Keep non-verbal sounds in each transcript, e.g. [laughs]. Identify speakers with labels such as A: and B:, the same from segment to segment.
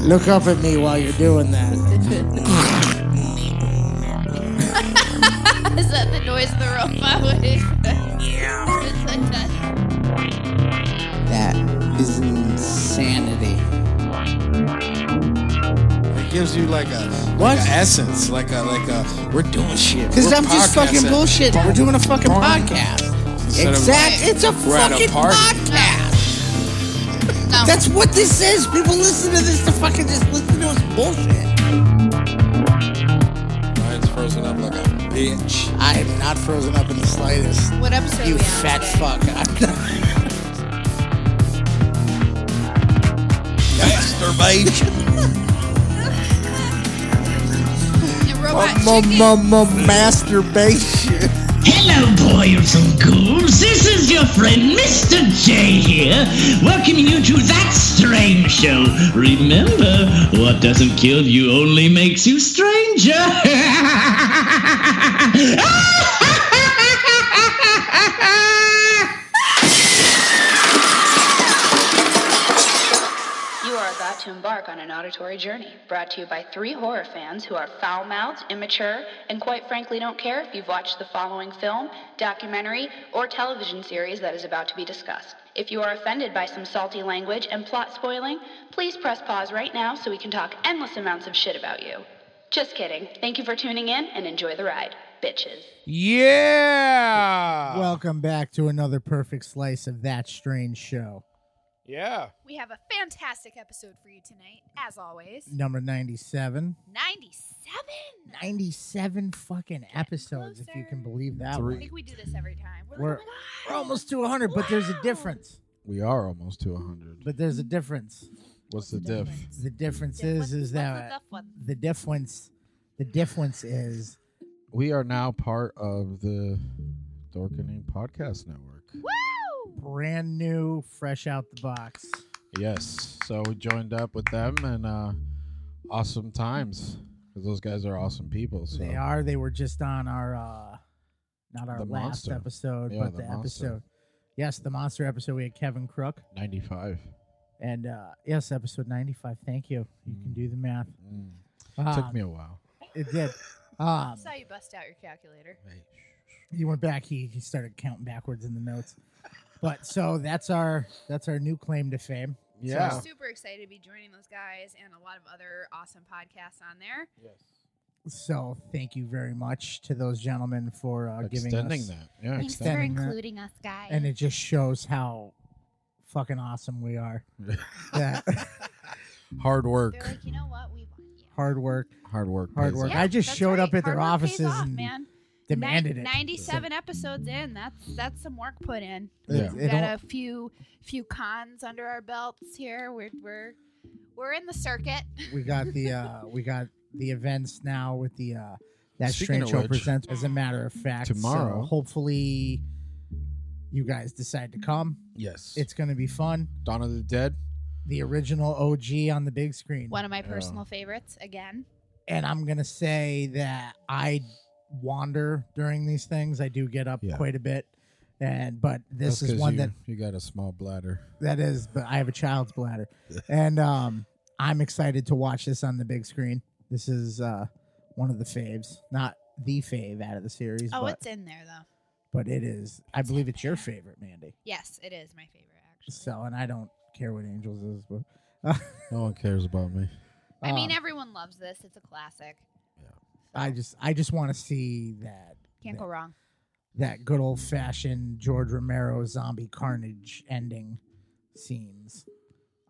A: Look up at me while you're doing
B: [laughs]
A: that.
B: Is that the noise of the [laughs] robot? yeah.
C: That is insanity.
D: It gives you like a
C: What?
D: like a essence, like a like a we're doing shit.
C: Because
D: We're
C: I'm just fucking
D: podcasting.
C: bullshit. We're doing a fucking podcast.
D: Instead of-
C: Exactly. It's a
D: We're at a
C: fucking
D: party.
C: podcast.
B: No.
C: That's what this is. People listen to this to fucking just listen to us bullshit.
D: Mine's frozen up like a bitch.
C: I am not frozen up in the slightest.
B: what episode
C: You
B: are we on
C: fat
B: today?
C: fuck. [laughs] I'm not-
D: Masturbation.
B: The
C: Oh,
B: robot chicken.
C: masturbation.
E: Hello, boys and ghouls. This is your friend Mr. J here, welcoming you to that strange show. Remember, what doesn't kill you only makes you stranger. [laughs]
F: You are about to embark on an auditory journey brought to you by three horror fans who are foul mouthed, immature, and quite frankly don't care if you've watched the following film, documentary, or television series that is about to be discussed. If you are offended by some salty language and plot spoiling, please press pause right now so we can talk endless amounts of shit about you. Just kidding. Thank you for tuning in and enjoy the ride, bitches.
G: Yeah.
A: Welcome back to another perfect slice of that strange show.
G: yeah.
B: We have a fantastic episode for you tonight, as always.
A: Number 97.
B: 97.
A: 97 fucking episodes, if you can believe that.
B: I
A: We're,
B: think we do this every time. We're,
A: we're
B: like, oh my
A: we're
B: God.
A: almost to 100, but there's a difference.
D: We are almost to hundred.
A: But there's a difference.
D: What's the diff?
A: The difference
B: What's-
A: is,
B: what's
A: is that
B: the duff one?
A: the difference, the difference is
D: We are now part of the Dorkening Podcast Network.
B: Woo!
A: brand new, fresh out the box.
D: Yes. So we joined up with them and uh awesome times. Because those guys are awesome people. So
A: They are. They were just on our, uh not our
D: The
A: last
D: Monster.
A: episode,
D: Yeah,
A: but
D: the
A: the,
D: Monster.
A: episode. Yes, the monster episode. We had Kevin Crook,
D: ninety five.
A: and uh yes, episode ninety-five. Thank you. You can do the math.
D: Mm.
C: Mm.
D: Took
C: Ah.
A: Um,
D: me a while.
A: It
D: [laughs]
A: did.
B: I
A: Um,
B: saw you bust out your calculator.
A: he went back. He, he started counting backwards in the notes. But so that's our that's our new claim to fame.
D: Yeah.
B: We're super excited to be joining those guys and a lot of other awesome podcasts on there.
A: So thank you very much to those gentlemen for uh, giving
D: extending
A: us
D: that. Yeah,
A: Thanks for
D: extending.
A: including
B: us, guys.
A: and it just shows how fucking awesome we are. That
D: Hard
B: They're
D: work.
B: like, you know what? We want you.
A: hard work,
D: Hard work.
A: hard
D: pays
A: work.
D: off.
A: I just
B: that's
A: showed
B: right.
A: up at their
B: Hard work pays
A: offices
B: off,
A: and
B: man.
A: demanded
B: Nin-
A: it.
B: 97 episodes in. That's that's some work put in.
D: Yeah.
A: It-
B: We've
A: it
B: got
A: all-
B: a few few cons under our belts here. We're we're we're in the circuit.
A: we got the uh, we got the events now with the uh, that
D: Speaking
A: strange
D: of
A: show
D: which-
A: presents. As a matter of fact, so
D: Tomorrow-
A: hopefully, you guys decide to come.
D: Yes.
A: It's going to be fun.
D: Dawn of the Dead.
A: The original OG on the big
B: [laughs]
A: screen,
B: One of my personal favorites again.
A: and I'm going to say that I wander during these things. I do get up
D: Yeah.
A: quite a bit, and but this
D: That's
A: is
D: 'cause
A: one
D: you,
A: that
D: you got a small bladder.
A: That is, but I have a child's bladder, and um, I'm excited to watch this on the big screen. This is uh, one of the faves, not the fave out of the series,
B: Oh,
A: but
B: it's in there though.
A: but it is. I believe it's your favorite, Mandy.
B: Yes, it is my favorite actually.
A: So, and I don't care what Angels is, but
D: No one cares about me.
B: I mean,
D: uh,
A: um,
B: everyone loves this. It's a classic.
A: I just I just want to see that
B: Can't go wrong.
A: that good old fashioned George Romero zombie carnage ending scenes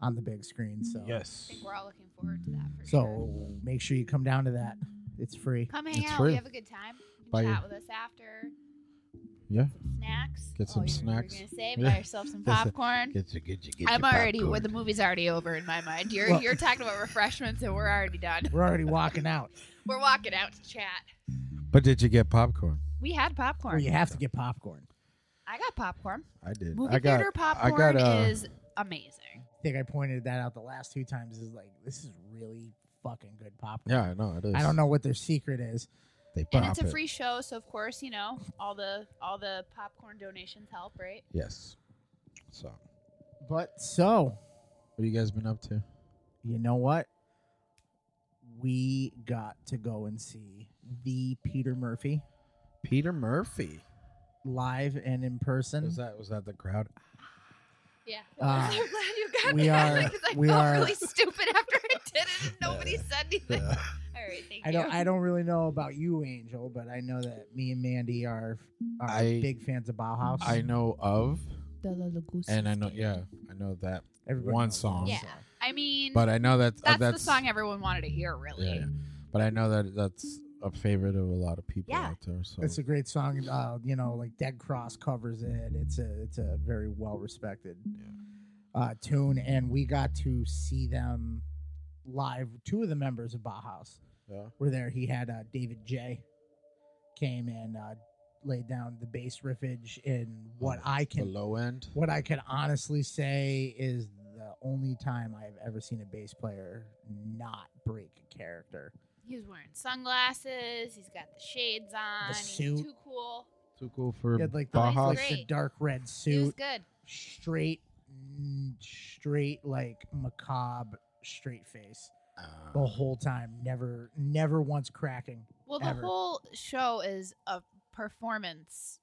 A: on the big screen. So
B: I
D: Yes.
B: think we're all looking forward to that for sure.
A: so make sure you come down to that. It's free.
B: Come hang
D: It's
B: out.
D: free.
B: We have a good time. You can
D: Buy
B: chat
D: your-
B: with us after.
D: Yeah.
B: Some snacks.
D: Get some
B: oh, you were-
D: snacks.
B: You were gonna
D: [laughs]
B: say
D: Yeah.
B: buy yourself some
D: That's it.
B: popcorn.
D: Get you, get you, get
B: I'm
D: your
B: already
D: popcorn.
B: well, the movie's already over in my mind. You're
A: Well-
B: you're talking about refreshments and we're already done.
A: We're already walking out.
B: We're walking out to chat.
D: But did you get popcorn?
B: We had popcorn.
A: Well, you have to get popcorn.
B: I got popcorn.
D: I did.
B: Movie
D: I got,
B: theater
D: I
B: popcorn
D: got, uh,
B: is amazing.
A: I think I pointed that out the last two times. Is like this is really fucking good popcorn.
D: Yeah, I know it is.
A: I don't know what their secret is.
D: They pop
B: And it's a
D: it.
B: free show, so of course, you know, all the all the popcorn donations help, right?
D: Yes. So,
A: But so
D: what you guys been up to?
A: you know what? we got to go and see the Peter Murphy
D: Peter Murphy.
A: live and in person.
D: Was that was that the crowd?
B: Yeah. [laughs]
A: Ah.
B: I'm so glad you got
A: We
B: that
A: are-
B: because I
A: we
B: felt
A: are-
B: really stupid after I did it and nobody
A: [laughs]
B: said anything.
D: [laughs]
B: All right, thank
A: I
B: you.
A: don't. I don't really know about you, Angel, but I know that me and Mandy are, are
D: I-
A: big fans of Bauhaus.
D: I know of,
B: Bella Lugosi.
D: and I know yeah, I know that
A: Everybody
D: one
A: knows that
D: song.
B: Yeah. I mean,
D: But I know that uh,
B: that's,
D: that's
B: the song everyone wanted to hear, really.
D: Yeah, yeah. but I know that that's a favorite of a lot of people
B: Yeah.
D: out there. So
A: It's a great song. Uh, you know, like Dead Cross covers it. It's a it's a very well respected uh, tune, and we got to see them live. Two of the members of Bauhaus
D: yeah.
A: were there. He had uh, David J. came and uh, laid down the bass riffage in what I
D: the
A: can
D: low end.
A: what I can honestly say is the only time I've ever seen a bass player not break a character.
B: He's wearing sunglasses. He's got the shades on.
A: suit.
B: He's too cool.
D: Too cool for
A: He had like the,
B: Oh, he's
D: Baja.
A: like the
B: great.
A: dark
B: He
A: red
B: was
A: suit,
B: good.
A: straight, mm, straight like macabre, straight face the
D: Uh,
A: whole time. Never, never once cracking.
B: Well, the
A: Ever.
B: whole show is a performance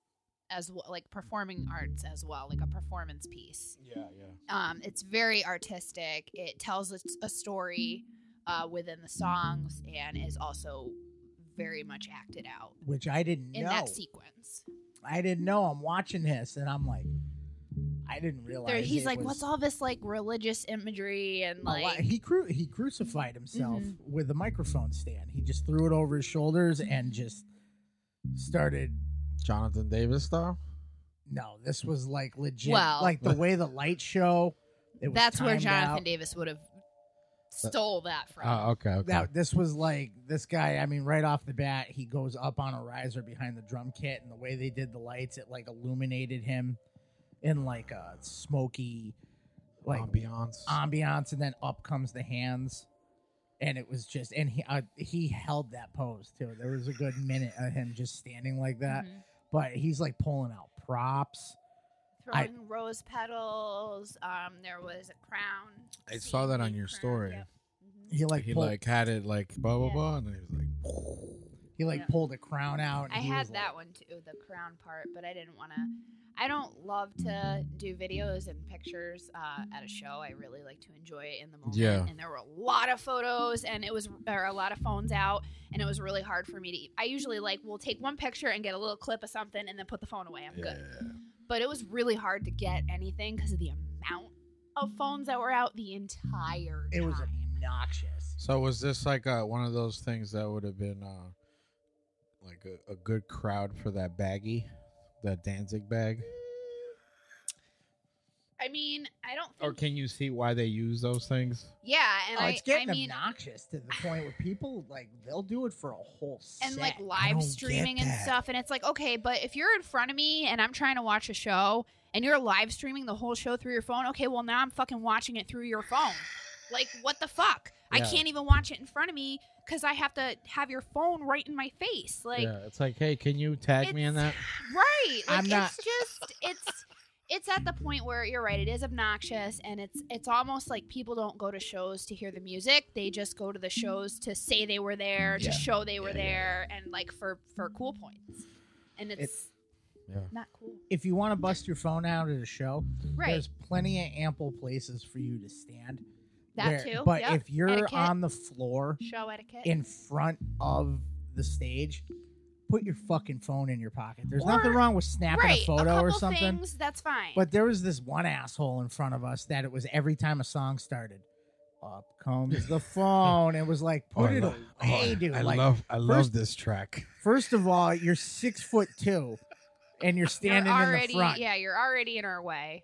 B: as well, like performing arts as well, like a performance piece.
D: yeah, yeah.
B: Um, it's very artistic. It tells a, a story uh, within the songs and is also very much acted out
A: Which I didn't
B: in
A: know.
B: that sequence.
A: I didn't know. I'm watching this and I'm like, I didn't realize.
B: There, he's
A: it
B: like,
A: was-
B: "What's all this like religious imagery and
A: a lot-
B: like?" Mm-hmm.
A: he cru- he crucified himself with a microphone stand. He just threw it over his shoulders and just started.
D: Jonathan Davis style.
A: No, this was like legit.
B: Well-
A: like the way the light show. [laughs] It was
B: That's where
A: timed
B: Jonathan
A: out.
B: Davis would have stole that from.
D: Oh, okay, okay.
A: Now, this was like this guy. I mean, right off the bat, he goes up on a riser behind the drum kit, and the way they did the lights, it like illuminated him in like a smoky, like uh,
D: ambiance.
A: ambiance, and then up comes the hands, and it was just, and he uh, he held that pose too. There was a good minute of him just standing like that,
B: Mhm.
A: but he's like pulling out props. I-
B: Mm-hmm. Throwing rose petals. Um, there was a crown.
D: I
B: scene,
D: saw that on
B: big
D: your
B: crown,
D: story.
B: yep. Mm-hmm.
A: He like
D: he
A: pulled,
D: like had it like blah blah
B: Yeah.
D: blah, and he was like,
A: he like
B: yeah.
A: pulled a crown out. And
B: I
A: he
B: had
A: was like-
B: that one too, the crown part, but I didn't want to. I don't love to do videos and pictures uh, at a show. I really like to enjoy it in the moment.
D: Yeah.
B: And there were a lot of photos, and it was or a lot of phones out, and it was really hard for me to. e, I usually like will take one picture and get a little clip of something, and then put the phone away. I'm
D: yeah.
B: good. But it was really hard to get anything because of the amount of phones that were out the entire.
A: It was
B: time.
A: obnoxious.
D: So was this like uh one of those things that would have been uh, like a, a good crowd for that baggie, that Danzig bag?
B: I mean, I don't.
D: Or
B: Think,
D: can you see why they use those things?
B: yeah, and
A: oh,
B: I.
A: it's getting
B: I mean,
A: obnoxious to the point where people like they'll do it for a whole set.
B: and like
A: I
B: live
A: don't get
B: streaming and
A: that.
B: stuff and it's like okay but if you're in front of me and i'm trying to watch a show and you're live streaming the whole show through your phone okay well now i'm fucking watching it through your
A: [sighs]
B: phone like what the fuck i
D: Yeah.
B: can't even watch it in front of me because i have to have your phone right in my face like
D: yeah, it's like, hey, can you tag me in that?
B: It's- right like,
A: I'm not-
B: it's just it's it's at the point where you're right it is obnoxious and it's it's almost like people don't go to shows to hear the music they just go to the shows to say they were there
D: Yeah.
B: to show they were
D: Yeah, yeah,
B: there and like for for cool points and it's,
D: Yeah.
B: not cool
A: If you want to bust your phone out at a show,
B: right
A: there's plenty of ample places for you to stand.
B: that
A: where-
B: too
A: But
B: yep.
A: if you're
B: Etiquette.
A: on the floor
B: show etiquette
A: in front of the stage, put your fucking phone in your pocket. There's
B: Or-
A: nothing wrong with snapping
B: right
A: a photo
B: couple
A: or something.
B: things, that's fine
A: But there was this one asshole in front of us that it was every time a song started, up comes the phone. It was like,
D: Oh,
A: put it away, dude.
D: I
A: like,
D: love, I love
A: first-
D: this track.
A: First of all, you're six foot two, and you're
B: you're
A: standing in
B: already
A: the front.
B: yeah you're already in our way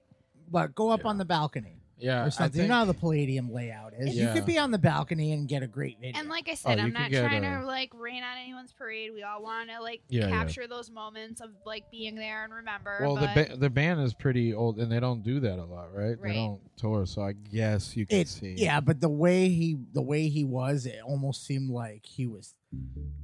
A: But go up
D: Yeah.
A: on the balcony
D: Yeah,
A: or something. You know how the Palladium layout is.
D: Yeah.
A: You could be on the balcony and get a great video.
B: And like I said,
D: Oh, you
B: I'm
D: could
B: not
D: get
B: trying
D: a-
B: to like rain on anyone's parade. We all want to like
D: Yeah, yeah.
B: capture those moments of like being there and remember.
D: well, the
B: but
D: ba- the band is pretty old, and they don't do that a lot, right? They
B: Right.
D: don't tour, so I guess you can
A: it,
D: see.
A: yeah, but the way he the way he was, it almost seemed like he was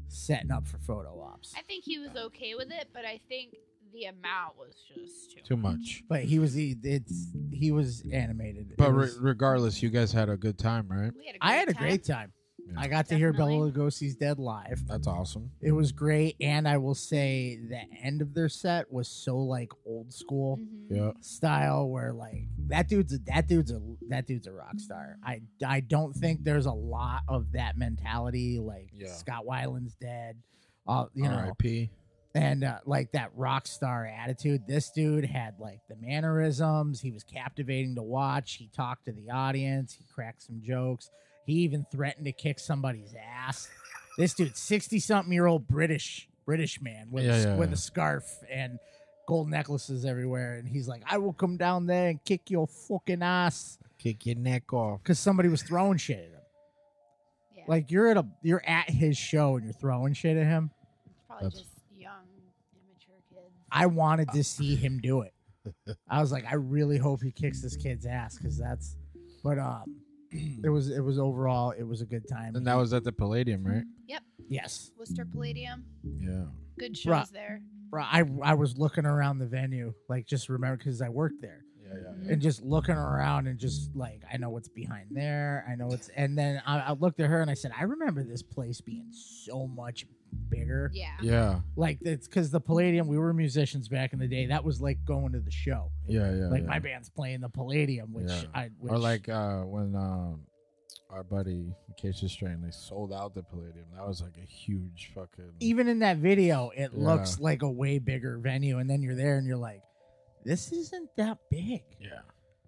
A: setting up for photo ops.
B: I think he was okay with it, but I think the amount was just too.
D: too much.
A: But he was he it's he was animated. It
D: But re-
A: was-
D: regardless, you guys had a good time, right?
B: We had a great
A: I had a
B: time.
A: great time.
D: Yeah.
A: I got to hear Bella
B: Definitely.
A: Lugosi's dead live.
D: That's awesome.
A: It was great, and I will say the end of their set was so like old school
B: Mhm.
D: Yeah.
A: style, where like that dude's a, that dude's a that dude's a rock star. I I don't think there's a lot of that mentality. Like
D: Yeah.
A: Scott Weiland's dead, uh, you know,
D: R.I.P.
A: and uh, like that rock star attitude. This dude had like the mannerisms. He was captivating to watch. He talked to the audience. He cracked some jokes. He even threatened to kick somebody's ass. This dude, sixty something year old British British man with
D: Yeah,
A: a,
D: yeah,
A: with
D: yeah.
A: a scarf and gold necklaces everywhere, and he's like, "I will come down there and kick your fucking ass,"
D: Kick your neck off.
A: because somebody was throwing shit at him.
B: Yeah.
A: Like you're at a you're at his show and you're throwing shit at him.
B: It's probably
D: That's-
B: just young, immature kids.
A: I wanted to see him do it. [laughs] I was like, I really hope he kicks this kid's ass because that's. But um, [clears throat] it was it was overall it was a good time.
D: And that was at the Palladium, right?
A: yes,
B: Worcester Palladium,
A: Mm-hmm.
D: Yeah.
B: good shows
A: Bruh.
B: there.
A: bro. I I was looking around the venue, like just remember because I worked there,
D: Yeah, yeah.
A: and just looking around and just like I know what's behind there. I know it's and then I, I looked at her and I said, I remember this place being so much bigger.
B: Yeah.
D: Yeah.
A: Like it's because the Palladium, we were musicians back in the day. That was like going to the show.
D: Yeah, yeah.
A: like
D: Oh, yeah.
A: my band's playing the Palladium, which
D: Yeah.
A: I which,
D: Or like uh when um our buddy Acacia Strain, they sold out the Palladium. That was like a huge fucking
A: even in that video, it
D: Yeah.
A: looks like a way bigger venue, and then you're there and you're like, this isn't that big,
D: Yeah.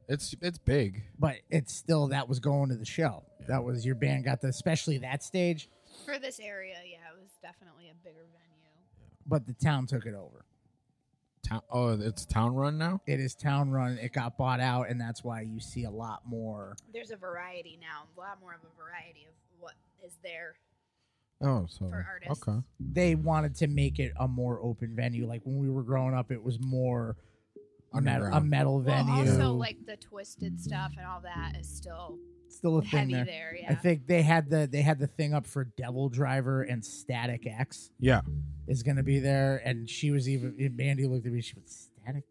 D: It's it's big.
A: but it's still that was going to the show. That was your band got the especially that stage,
B: For this area, yeah, it was definitely a bigger venue.
A: but the town took it over.
D: Town oh, it's town run now?
A: It is town run. It got bought out, and that's why you see a lot more.
B: There's a variety now, a lot more of a variety of what is there
D: Oh, so
B: for artists.
D: Okay.
A: They wanted to make it a more open venue. Like when we were growing up, it was more a metal, a
D: Underground.
A: metal
B: Well,
A: venue.
B: also like the twisted stuff and all that is still
A: Still a thing
B: heavy
A: there.
B: there. yeah.
A: I think they had the they had the thing up for Devil Driver and Static X
D: Yeah.
A: is going to be there, and she was even and Mandy looked at me. She was Static.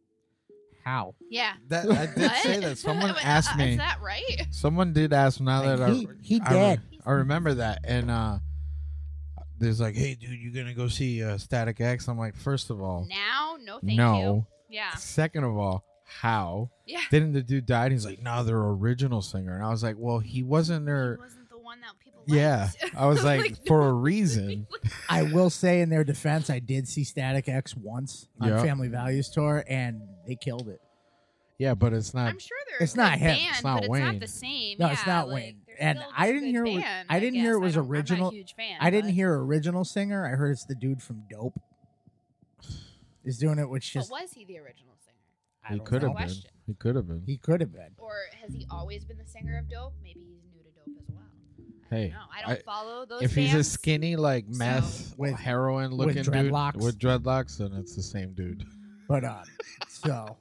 A: How?
B: yeah.
D: That I did
B: What?
D: say that.
A: [laughs]
D: Someone
B: What-
D: asked
B: uh, [laughs] Is
D: me.
B: that right?
D: Someone did ask now
A: Like,
D: that
A: he-
D: I
A: he
D: I, re-
A: dead.
D: I remember that and uh there's like, hey dude, you gonna go see uh, Static X? I'm like, first of all,
B: Now, no thank you.
D: no.
B: Yeah.
D: Second of all, how?
B: Yeah.
D: Then the dude died. He's like, nah, their original singer. And I was like, well, he wasn't
B: He
D: their.
B: wasn't the one that people liked.
D: Yeah.
B: [laughs]
D: I was like, for a reason.
A: I will say in their defense, I did see Static X once on
D: Yeah.
A: Family Values tour, and they killed it.
D: Yeah, but it's not.
B: I'm sure there's
A: It's not him.
B: Band,
D: It's not
B: but It's
D: Wayne.
B: not the same.
A: No,
B: yeah,
A: it's not
B: like,
A: Wayne.
B: they're
A: And
B: still
A: I
B: a
A: didn't
B: good
A: hear it was-
B: band,
A: I didn't
B: guess.
A: hear it was
B: I don't- I'm not a
A: original-
B: huge fan,
A: I didn't
B: but-
A: hear original singer. I heard it's the dude from Dope. Is doing it, which
B: But
A: just
B: was he the original singer,
A: I
D: he
A: don't
D: could
A: know.
D: have
B: know.
D: been.
B: Question.
D: He could have been.
A: He could have been.
B: or has he always been the singer of Dope? Maybe he's new to Dope as well. I
D: Hey,
B: don't know. I don't
D: I-
B: follow those.
D: if he's a
B: bands.
D: skinny, like meth,
B: So-
A: With-
D: heroin
A: with
D: looking
A: dreadlocks.
D: dude with dreadlocks, then it's the same dude.
A: But um, so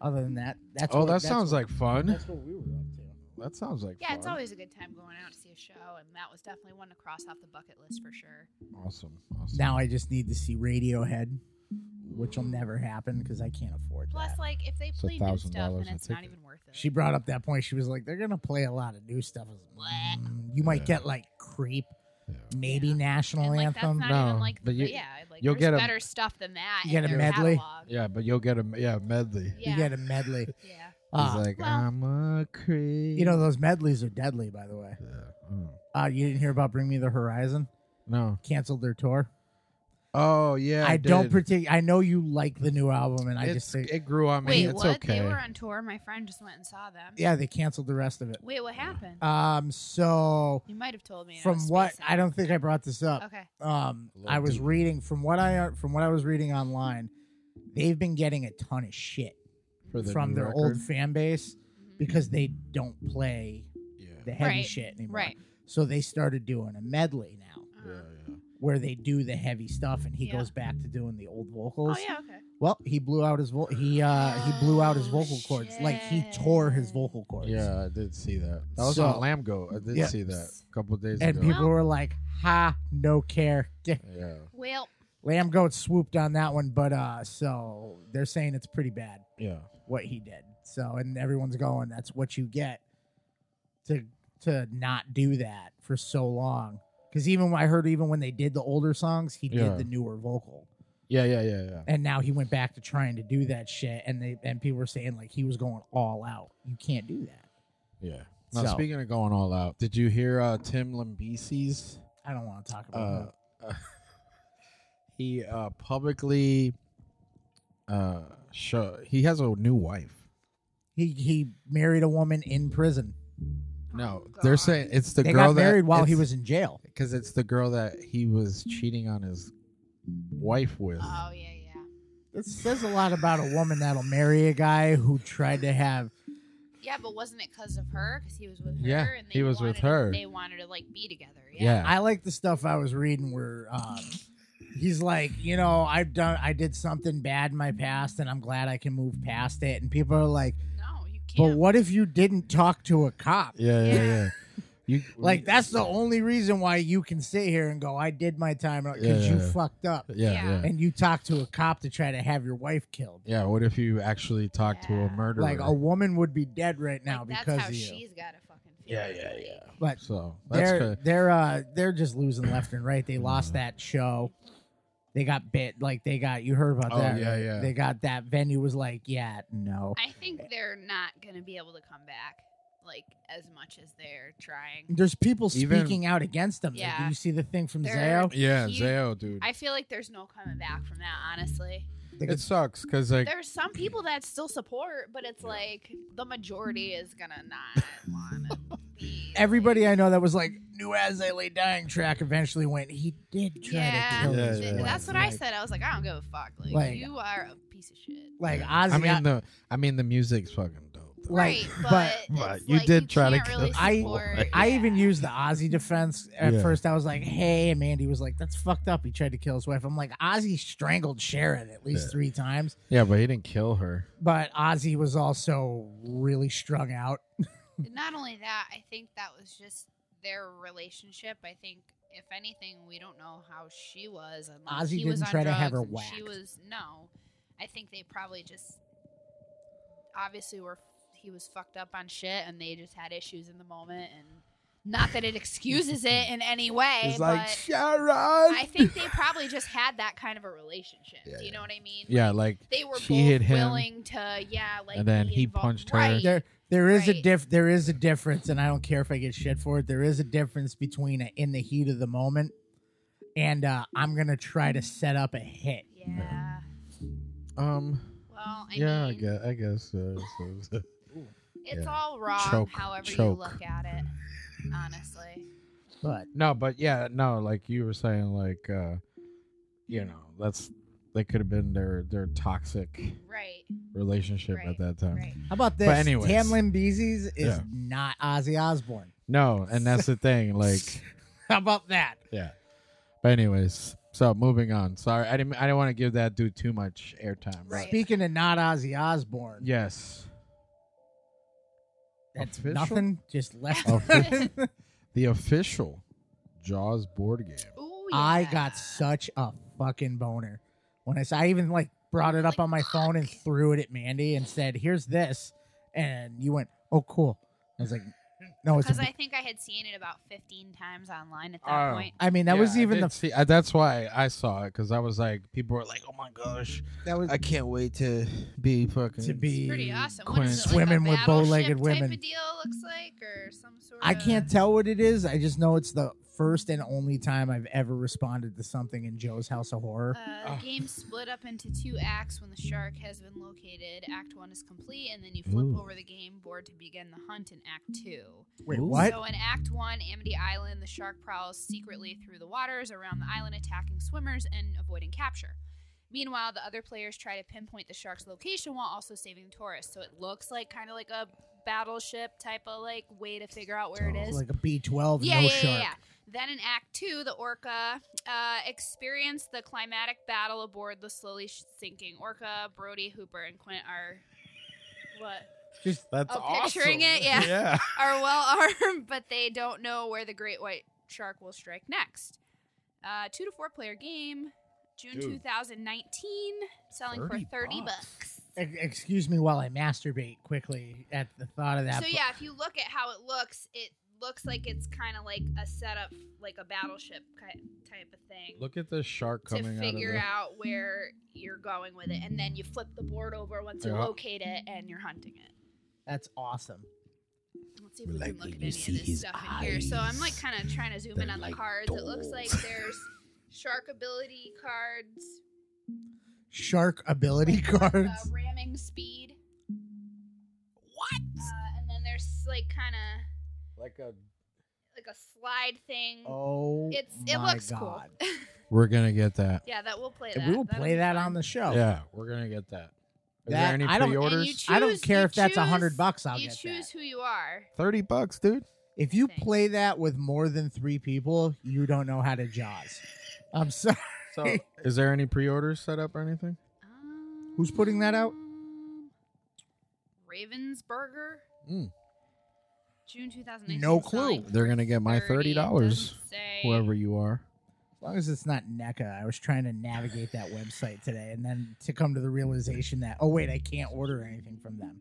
A: other than that, that's
D: oh,
A: what-
D: that
A: that's
D: sounds
A: what-
D: like fun.
A: That's what we were up to.
D: That sounds like
B: yeah,
D: fun.
B: it's always a good time going out to see a show, and that was definitely one to cross off the bucket list for sure.
D: awesome. awesome.
A: Now I just need to see Radiohead, which will never happen because I can't afford
B: Plus,
A: that.
B: like if they
D: It's
B: play new
D: $1,000
B: stuff,
D: a
B: then it's not
D: ticket.
B: even worth it.
A: She brought up that point. She was like, "They're gonna play a lot of new stuff." I was like, "Mm, you might
D: Yeah.
A: get like Creep,
D: Yeah.
A: maybe
B: Yeah.
A: National
B: and, like,
A: Anthem.
B: That's not
D: No,
B: even like,
D: but
B: but,
D: you-
B: yeah, like
D: you'll
B: there's
D: get a-
B: better stuff than that.
A: You
B: in
A: get a
B: their
A: medley?
B: catalog.
D: yeah, but you'll get a yeah medley.
B: Yeah.
A: You get
B: [laughs]
A: a medley.
B: yeah.
A: Uh,
D: He's like,
B: Well-
D: I'm a creep.
A: you know those medleys are deadly, by the way.
D: Yeah. Mm.
A: Uh, you didn't hear about Bring Me the Horizon?
D: No.
A: Canceled their tour.
D: Oh yeah.
A: I
D: it
A: don't
D: did.
A: particular. I know you like the new album, and I
D: It's-
A: just think,
D: it grew on me.
B: Wait,
D: it's
B: what?
D: okay.
B: They were on tour. My friend just went and saw them.
A: yeah, they canceled the rest of it.
B: Wait, what happened?
D: Uh,
A: Um, so
B: you might have told me. and I
A: from
B: was
A: what
B: spacing.
A: I don't think I brought this up.
B: Okay.
A: Um,
D: A little
A: I was
D: deep.
A: reading from what I uh, from what I was reading online. They've been getting a ton of shit
D: For the
A: from
D: new
A: their
D: record?
A: old fan base because they don't play
D: Yeah.
A: the heavy
B: Mm-hmm. Right,
A: shit anymore.
B: Right.
A: So they started doing a medley now
B: Uh-huh.
D: Yeah, yeah.
A: where they do the heavy stuff and he
B: Yeah.
A: goes back to doing the old vocals.
B: Oh yeah. Okay.
A: Well, he blew out his vo- he uh he blew out his
B: Oh,
A: vocal cords. Like he tore his
B: shit.
A: vocal cords.
D: Yeah, I did see that. That was
A: So-
D: on Lamb Goat. I did
A: Yeah.
D: see that a couple days
A: And
D: ago.
A: people were like, "Ha, no care." [laughs]
D: yeah.
B: Well,
A: Lamb Goat swooped on that one, but uh, so they're saying it's pretty bad
D: Yeah.
A: what he did. So, and everyone's going, that's what you get to to not do that for so long. Because even when I heard even when they did the older songs, he
D: Yeah.
A: did the newer vocal,
D: Yeah, yeah, yeah, yeah.
A: and now he went back to trying to do that shit. And they and people were saying like he was going all out. You can't do that.
D: Yeah. Now
A: So-
D: speaking of going all out, did you hear uh, Tim Lambesis?
A: I don't want to talk about
D: Uh,
A: that.
D: uh, [laughs] he uh, publicly uh, show he has a new wife.
A: He he married a woman in prison.
D: No,
B: Oh,
D: they're
B: God.
D: saying it's the
A: they
D: girl
A: got married
D: that
A: while he was in jail.
D: because it's the girl that he was cheating on his wife with.
B: Oh yeah, yeah.
A: It says a lot about a woman that'll marry a guy who tried to have.
B: Yeah, but wasn't it because of her? Because he was with her.
D: Yeah,
B: and they
D: he was
B: wanted
D: with her.
B: They wanted to like be together. Yeah.
D: yeah.
A: I like the stuff I was reading where um, he's like, you know, I've done, I did something bad in my past, and I'm glad I can move past it. And people are like,
B: No, you can't.
A: but what if you didn't talk to a cop?
D: yeah, yeah,
B: Yeah.
D: yeah. You
A: Like that's the only reason why you can sit here and go, I did my time because
D: Yeah, yeah,
A: you
D: yeah.
A: fucked up,
D: yeah, yeah,
B: Yeah.
D: yeah.
A: and you talked to a cop to try to have your wife killed.
D: what if you actually talked to a
B: Yeah.
D: murderer?
A: Like a woman would be dead right now
B: Like,
A: because
B: that's how
A: of you.
B: she's got to fucking feel.
D: yeah, yeah, yeah.
A: but
D: So that's
A: they're
D: good. Mm.
A: they're uh they're just losing left and right. They lost that show. They got bit like they got you heard about
D: Oh,
A: that.
D: yeah,
A: right?
D: yeah.
A: They got that venue was like, yeah, no.
B: I think they're not gonna be able to come back like as much as they're trying.
A: There's people
D: Even-
A: speaking out against them. Like,
B: Yeah.
A: do you see the thing from
B: They're-
A: Zayo?
D: Yeah,
B: He-
D: Zayo, dude.
B: I feel like there's no coming back from that. Honestly,
D: it sucks because like
B: there's some people that still support, but it's like the majority is gonna
D: [laughs]
B: not want to be.
A: Everybody I know that was like new as they lay dying track eventually went. He did try
B: Yeah,
A: to kill
D: Yeah,
A: his
D: yeah,
B: Th-
A: wife."
B: that's what I
A: Like-
B: said. I was like, I don't give a fuck. Like,
A: Like-
B: you are a piece of shit.
A: Like
D: Yeah.
A: Ozzy,
D: I mean
A: I-
D: the I mean the music's fucking dope. though.
A: Like,
B: right,
A: but-
B: but,
D: but
B: it's
D: you
B: like
D: did try to
B: can't
D: kill
B: really
D: the
A: I-
B: support,
A: I even
B: yeah.
A: used the Ozzy defense at
D: Yeah.
A: first. I was like, "Hey," and Mandy was like, "That's fucked up." He tried to kill his wife. I'm like, Ozzy strangled Sharon at least
D: Yeah.
A: three times.
D: Yeah, but he didn't kill her.
A: but Ozzy was also really strung out.
B: Not only that, I think that was just their relationship. I think, if anything, we don't know how she was. And like,
A: Ozzy
B: he was
A: didn't
B: on
A: try to have
B: drugs
A: her
B: and She
A: whacked.
B: was no. I think they probably just obviously were. He was fucked up on shit, and they just had issues in the moment. And not that it excuses it in any way.
D: He's
B: but
D: like Sharon.
B: I think they probably just had that kind of a relationship.
D: Yeah,
B: Do you
D: yeah.
B: know what I mean?
D: yeah, like
B: They were
D: She
B: both
D: hit him,
B: willing to, yeah, like,
D: and then
B: be
D: he
B: involved-
D: punched her.
B: Right.
A: There, there is a
B: Right.
A: diff. There is a difference, and I don't care if I get shit for it. There is a difference between a, in the heat of the moment and uh, I'm gonna try to set up a hit.
B: Yeah.
D: um
B: Well, I
D: yeah, I
B: mean,
D: guess I guess uh, so- so-
B: it's
D: yeah.
B: all wrong,
D: Choke,
B: however you
D: choke.
B: look at it. Honestly,
A: But
D: No, but yeah, no, like you were saying like uh you know, that's they could have been their their toxic
B: right,
D: relationship
B: Right,
D: at that time.
B: right.
A: how about this?
D: But anyways.
A: Tamlin Beezy's is
D: Yeah.
A: not Ozzy Osbourne.
D: No, and that's
B: [laughs]
D: the thing like
A: How about that?
D: yeah. But anyways, so moving on. Sorry, I didn't I didn't want to give that dude too much airtime. but-
B: Right.
A: Speaking of not Ozzy Osbourne,
D: Yes.
A: that's
D: Official?
A: nothing.
B: [laughs]
A: Just left.
D: Official? The official Jaws board game.
B: Ooh,
A: I
B: yeah.
A: got such a fucking boner when I saw. I even like brought it
B: Like,
A: up on my phone and
B: fuck.
A: threw it at Mandy and said, "Here's this," and you went, "Oh, cool." I was like, "No, it's."
B: because
A: A,
B: I
A: I,
B: think I had seen it about fifteen times online at that
D: Oh.
B: point.
A: mean, that
D: Yeah,
A: was
D: I
A: even
D: did
A: the
D: see, uh, that's why I saw it because I was like, people were like, "Oh my gosh,
A: that was
D: I can't wait to be fucking
A: to be.
B: Pretty awesome.
D: Quinn.
B: What is it, like
A: Swimming
B: a
A: with bow-legged
B: battleship
A: women.
B: Type of deal looks like, or some sort.
A: I
B: of-
A: can't tell what it is. I just know it's the first and only time I've ever responded to something in Joe's House of Horror.
B: Uh, the game split up into two acts when the shark has been located. Act one is complete, and then you flip
D: Ooh.
B: over the game board to begin the hunt in Act two.
A: Wait,
D: Ooh.
A: what?
B: So in Act One, Amity Island, the shark prowls secretly through the waters around the island, attacking swimmers and avoiding capture. Meanwhile, the other players try to pinpoint the shark's location while also saving tourists. So it looks like kind of like a battleship type of like way to figure out where it
A: It's
B: is.
A: like a B twelve,
B: Yeah,
A: no
B: yeah,
A: shark.
B: yeah, yeah. Then in Act Two, the orca uh, experienced the climatic battle aboard the slowly sh- sinking orca. Brody, Hooper, and Quint are what
A: Just
D: That's
B: Oh, picturing it, yeah.
D: yeah.
B: are well [laughs] armed, but they don't know where the great white shark will strike next. Uh, two to four player game, June
D: Dude.
B: 2019, selling
D: 30
B: for 30
D: bucks.
B: bucks.
A: Ex- excuse me while I masturbate quickly at the thought of that.
B: So, yeah, if you look at how it looks, it looks like it's kind of like a setup, like a battleship ki- type of thing.
D: Look at this shark
B: to
D: coming
B: figure
D: out.
B: out, where you're going with it, and then you flip the board over once you
D: Yeah.
B: locate it, and you're hunting it.
A: That's awesome.
B: Let's see if we
E: Like
B: can look
E: when
B: at
E: you
B: any of
E: see
B: this
E: his
B: stuff in here. So I'm like
E: eyes,
B: kind of trying to zoom in
E: they're
B: on the
E: like
B: cards. It looks like
E: dolls.
B: there's shark ability cards,
A: Shark ability [laughs]
B: like, uh,
A: cards.
B: ramming speed. What? Uh, and then there's like kind of
D: Like a.
B: like a slide thing.
A: Oh,
B: it's
A: my
B: it looks
A: God.
B: cool.
D: We're gonna get that.
B: [laughs] yeah, that we'll play
A: And
B: that.
A: we will
B: That'll
A: play
B: be
A: that
B: fun.
A: on the show.
D: Yeah, we're gonna get that. Is
A: Oh. That-
D: there any
A: I don't- And you
D: pre-orders?
B: choose-
A: I don't care
B: you
A: if that's a hundred
B: choose-
A: bucks. I'll
B: you
A: get
B: choose
A: that.
B: who you are.
D: Thirty bucks, dude.
A: If you
B: Thanks.
A: play that with more than three people, you don't know how to jaws. I'm sorry.
D: So, [laughs] is there any pre-orders set up or anything?
B: Uh,
A: Who's putting that out?
B: Um, Ravensburger.
D: Mm.
B: June 2019.
A: No
B: selling
A: clue.
B: for
D: They're gonna get my $30
B: it doesn't say.
D: Whoever you are.
A: As long as it's not NECA, I was trying to navigate that website today and then to come to the realization that oh wait, I can't order anything from them.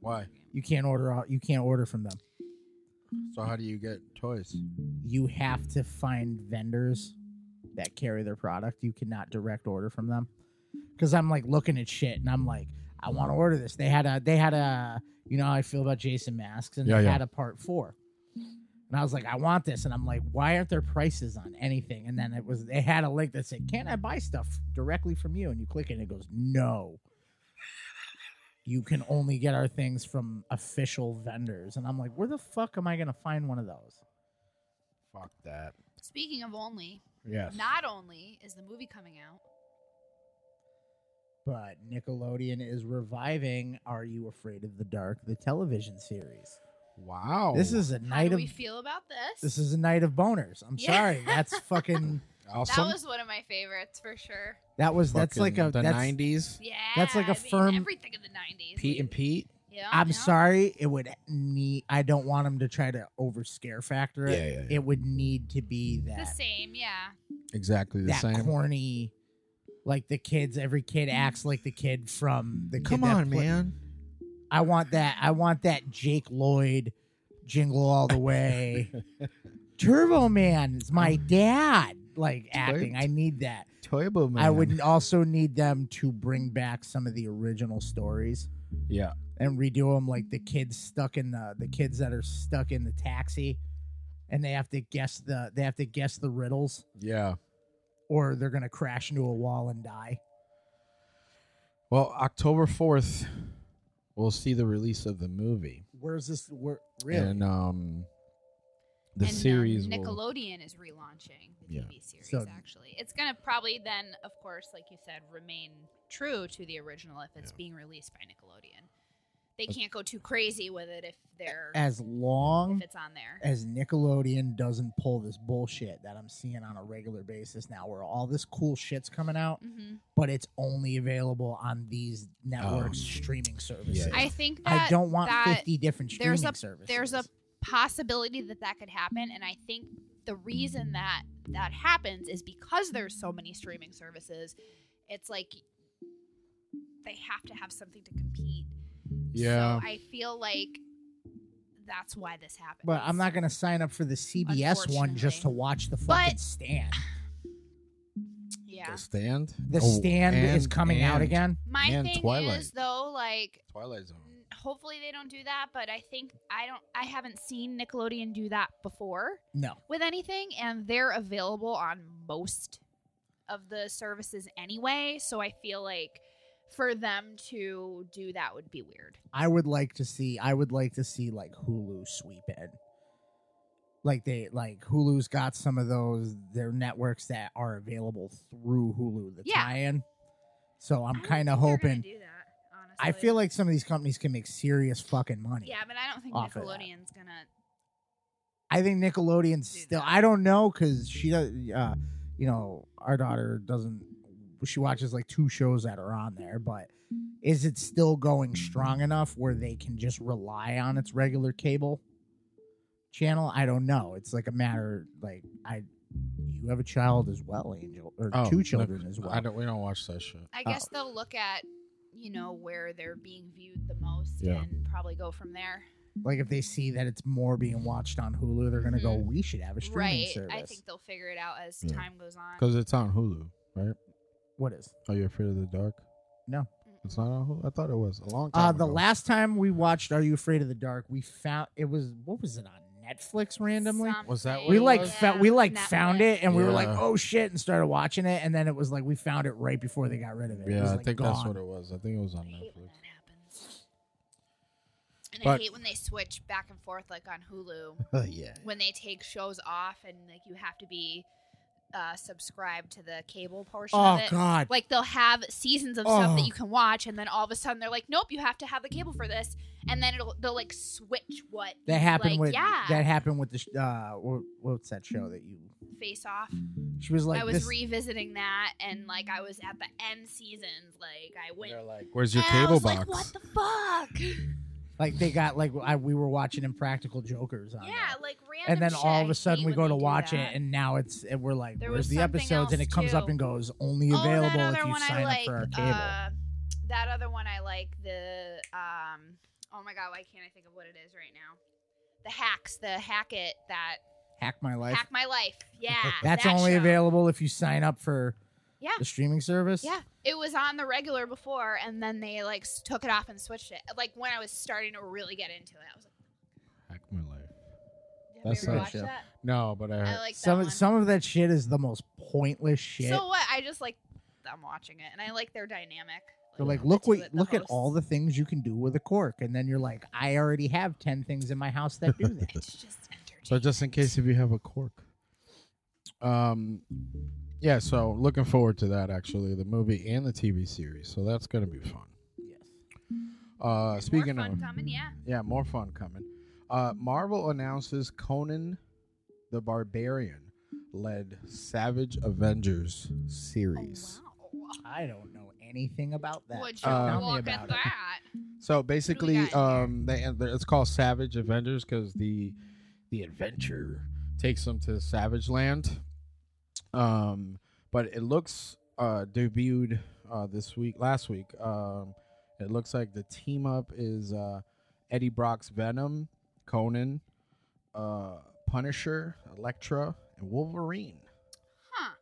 D: Why?
A: You can't order all, you can't order from them.
D: So how do you get toys?
A: You have to find vendors that carry their product. You cannot direct order from them. Cuz I'm like looking at shit and I'm like I want to order this. They had a they had a you know how I feel about Jason masks and
D: Yeah,
A: they
D: yeah.
A: had a part 4. And I was like I want this and I'm like why aren't there prices on anything? And then it was they had a link that said can I buy stuff directly from you and you click it and it goes no. You can only get our things from official vendors. And I'm like where the fuck am I going to find one of those?
D: Fuck that.
B: Speaking of only,
D: Yes.
B: not only is the movie coming out,
A: but Nickelodeon is reviving Are You Afraid of the Dark, the television series.
D: Oh, Wow.
A: This is a
B: how
A: night
B: do
A: of
B: we feel about this?
A: this is a night of boners. I'm
B: Yeah.
A: sorry.
B: [laughs]
A: That's fucking
B: that
D: awesome.
B: was one of my favorites for sure.
A: that was that's like
D: Fucking
A: a
D: the
A: that's,
D: nineties.
B: Yeah,
A: That's like a
B: I mean,
A: firm-
B: everything in the 90s.
D: Pete and Pete.
B: Yeah,
A: I'm
B: yeah.
A: sorry. It would need I don't want them to try to over scare factor it.
D: Yeah, yeah,
A: It would need to be
B: The
A: that
B: same, yeah.
D: Exactly the
A: that
D: same.
A: corny like the kids every kid
B: Mm.
A: acts like the kid from the kid
D: Come
A: that
D: on,
A: pla-
D: man.
A: I want that. I want that Jake Lloyd jingle all the [laughs] way. Turbo Man is my dad. Like acting, I need that.
D: Toybo man.
A: I would also need them to bring back some of the original stories
D: Yeah.
A: and redo them, like the kids stuck in the the kids that are stuck in the taxi, and they have to guess the they have to guess the riddles,
D: Yeah.
A: or they're gonna crash into a wall and die.
D: Well, October fourth, we'll see the release of the movie.
A: Where's this? Where really?
D: And um, the
B: and um,
D: series will.
B: Nickelodeon is relaunching the
D: Yeah.
B: TV series.
A: So-
B: actually, it's gonna probably then, of course, like you said, remain true to the original if it's being released by Nickelodeon. They can't go too crazy with it if they're
A: as long
B: if it's on there.
A: as Nickelodeon doesn't pull this bullshit that I'm seeing on a regular basis now, where all this cool shit's coming out,
B: hmm
A: but it's only available on these networks
D: Oh.
A: streaming services.
D: Yeah.
B: I think
A: I
B: that
A: don't want
B: that
A: 50 different streaming
B: there's a-
A: services.
B: there's a possibility that that could happen, and I think the reason that that happens is because there's so many streaming services. It's like they have to have something to compete.
D: Yeah.
B: So I feel like that's why this happened.
A: but I'm not going to sign up for the CBS one just to
B: Unfortunately.
A: watch the
B: But-
A: fucking stand.
B: Yeah.
D: The stand.
A: The
D: Oh,
A: stand is
D: and-
A: coming out
D: and
A: again.
B: My
D: and
B: thing
D: Twilight.
B: is though, like,
D: Twilight Zone.
B: hopefully they don't do that. But I think I don't. I haven't seen Nickelodeon do that before
A: No,
B: with anything, and they're available on most of the services anyway. So I feel like for them to do that would be weird.
A: I would like to see. I would like to see like Hulu sweep in. Like they like Hulu's got some of those their networks that are available through Hulu the
B: Yeah.
A: tie-in. So I'm
B: I don't
A: kind of
B: think they're
A: hoping.
B: gonna do that, honestly.
A: I feel like some of these companies can make serious fucking money.
B: yeah, but I don't think
A: off of that.
B: Nickelodeon's gonna.
A: I think Nickelodeon's
B: Do
A: still.
B: that.
A: I don't know because she does. Uh, you know, our daughter doesn't. She watches like two shows that are on there, but is it still going strong enough where they can just rely on its regular cable channel? I don't know. It's like a matter like I. You have a child as well, Angel, or
D: Oh,
A: two
D: no,
A: children as well.
D: I don't. We don't watch that shit.
B: I
A: Oh.
B: guess they'll look at you know where they're being viewed the most
D: Yeah.
B: and probably go from there.
A: Like if they see that it's more being watched on Hulu, they're gonna go.
B: Mhm.
A: We should have a streaming
B: right.
A: service.
B: I think they'll figure it out as
D: Yeah.
B: time goes on.
D: Because it's on Hulu, right?
A: what is?
D: Are you afraid of the dark?
A: No.
D: It's not on Hulu? I thought it was a long time
A: Uh,
D: ago.
A: the last time we watched Are You Afraid of the Dark, we found it was what was it on Netflix randomly?
D: Was that
B: Something.
D: what
A: we
D: it
A: like
D: was?
A: fou- we like
B: Netflix.
A: found it and we were like
D: Yeah.
A: oh shit and started watching it and then it was like we found it right before they got rid of it. it
D: Yeah,
A: was,
D: I
A: like,
D: think that's
A: gone.
D: what it was. I think it was on
B: I hate when
D: Netflix.
B: that happens. And I
D: But-
B: hate when they switch back and forth, like on Hulu,
A: Oh,
D: yeah.
B: when they take shows off and like you have to be uh, subscribed to the cable portion
A: Oh
B: of it.
A: god,
B: Like they'll have seasons of stuff
A: Oh.
B: that you can watch, and then all of a sudden they're like, "Nope, you have to have the cable for this," and then it'll they'll like switch what
A: that happened
B: like,
A: with
B: yeah.
A: that happened with the sh- uh what, what's that show that you?
B: face off.
A: She was like
B: I was
A: this-
B: revisiting that, and like I was at the end seasons, like I went.
D: like, where's your
B: and I
D: cable
B: was
D: box?
B: like, what the fuck?
A: like they got like I, we were watching Impractical Jokers on.
B: Yeah,
A: there.
B: like random.
A: and then
B: shit.
A: all
B: I
A: of a
B: hate
A: sudden we
B: when
A: go
B: they
A: to
B: do
A: watch
B: that.
A: it and now it's and we're like
B: There
A: where's
B: was
A: the
B: something
A: episodes and
B: else,
A: it comes up
B: too.
A: and goes
B: Oh,
A: only
B: that
A: available
B: other
A: if you
B: one I
A: sign
B: like,
A: up for our cable.
B: Uh, that other one I like the um. Oh my god, why can't I think of what it is right now? The hacks, the hack it that
A: Hack my life.
B: hack my life. Yeah,
A: [laughs] That's
B: that
A: only
B: show.
A: available if you sign up for
B: Yeah.
A: the streaming service.
B: Yeah, it was on the regular before, and then they like s- took it off and switched it. Like when I was starting to really get into it, I was like,
D: Hack my life.
B: "Have
D: That's
B: you ever
D: that
B: watched
A: show.
B: that?"
D: No, but I heard.
B: I like
A: some
B: that
A: of
B: one.
A: some of that shit is the most pointless shit.
B: So what? I just like them watching it, and I like their dynamic.
A: They're like,
B: the
A: look
B: two
A: what
B: of the
A: look at all
B: hosts."
A: the things you can do with a cork, and then you're like, I already have ten things in my house that do
B: [laughs]
A: that.
B: It's just entertaining.
D: so just in case if you have a cork. Um, yeah. So looking forward to that actually, the movie and the TV series. So that's gonna be fun.
A: yes.
D: Uh,
B: There's
D: speaking
B: more fun
D: of
B: coming, yeah.
D: yeah, more fun coming. Uh, Marvel announces Conan the Barbarian led Savage Avengers
A: Oh,
D: series.
A: [laughs]
B: wow.
A: I don't know anything about that.
B: Would you
A: So
D: Uh,
A: tell me
B: look at
A: about it.
B: that?
D: So basically,
B: got in
D: um, they and it's called Savage Avengers because the the adventure takes them to Savage Land. Um, but it looks uh, debuted uh, this week, last week. Um, it looks like the team up is uh, Eddie Brock's Venom, Conan, uh, Punisher, Elektra, and Wolverine.
B: Huh.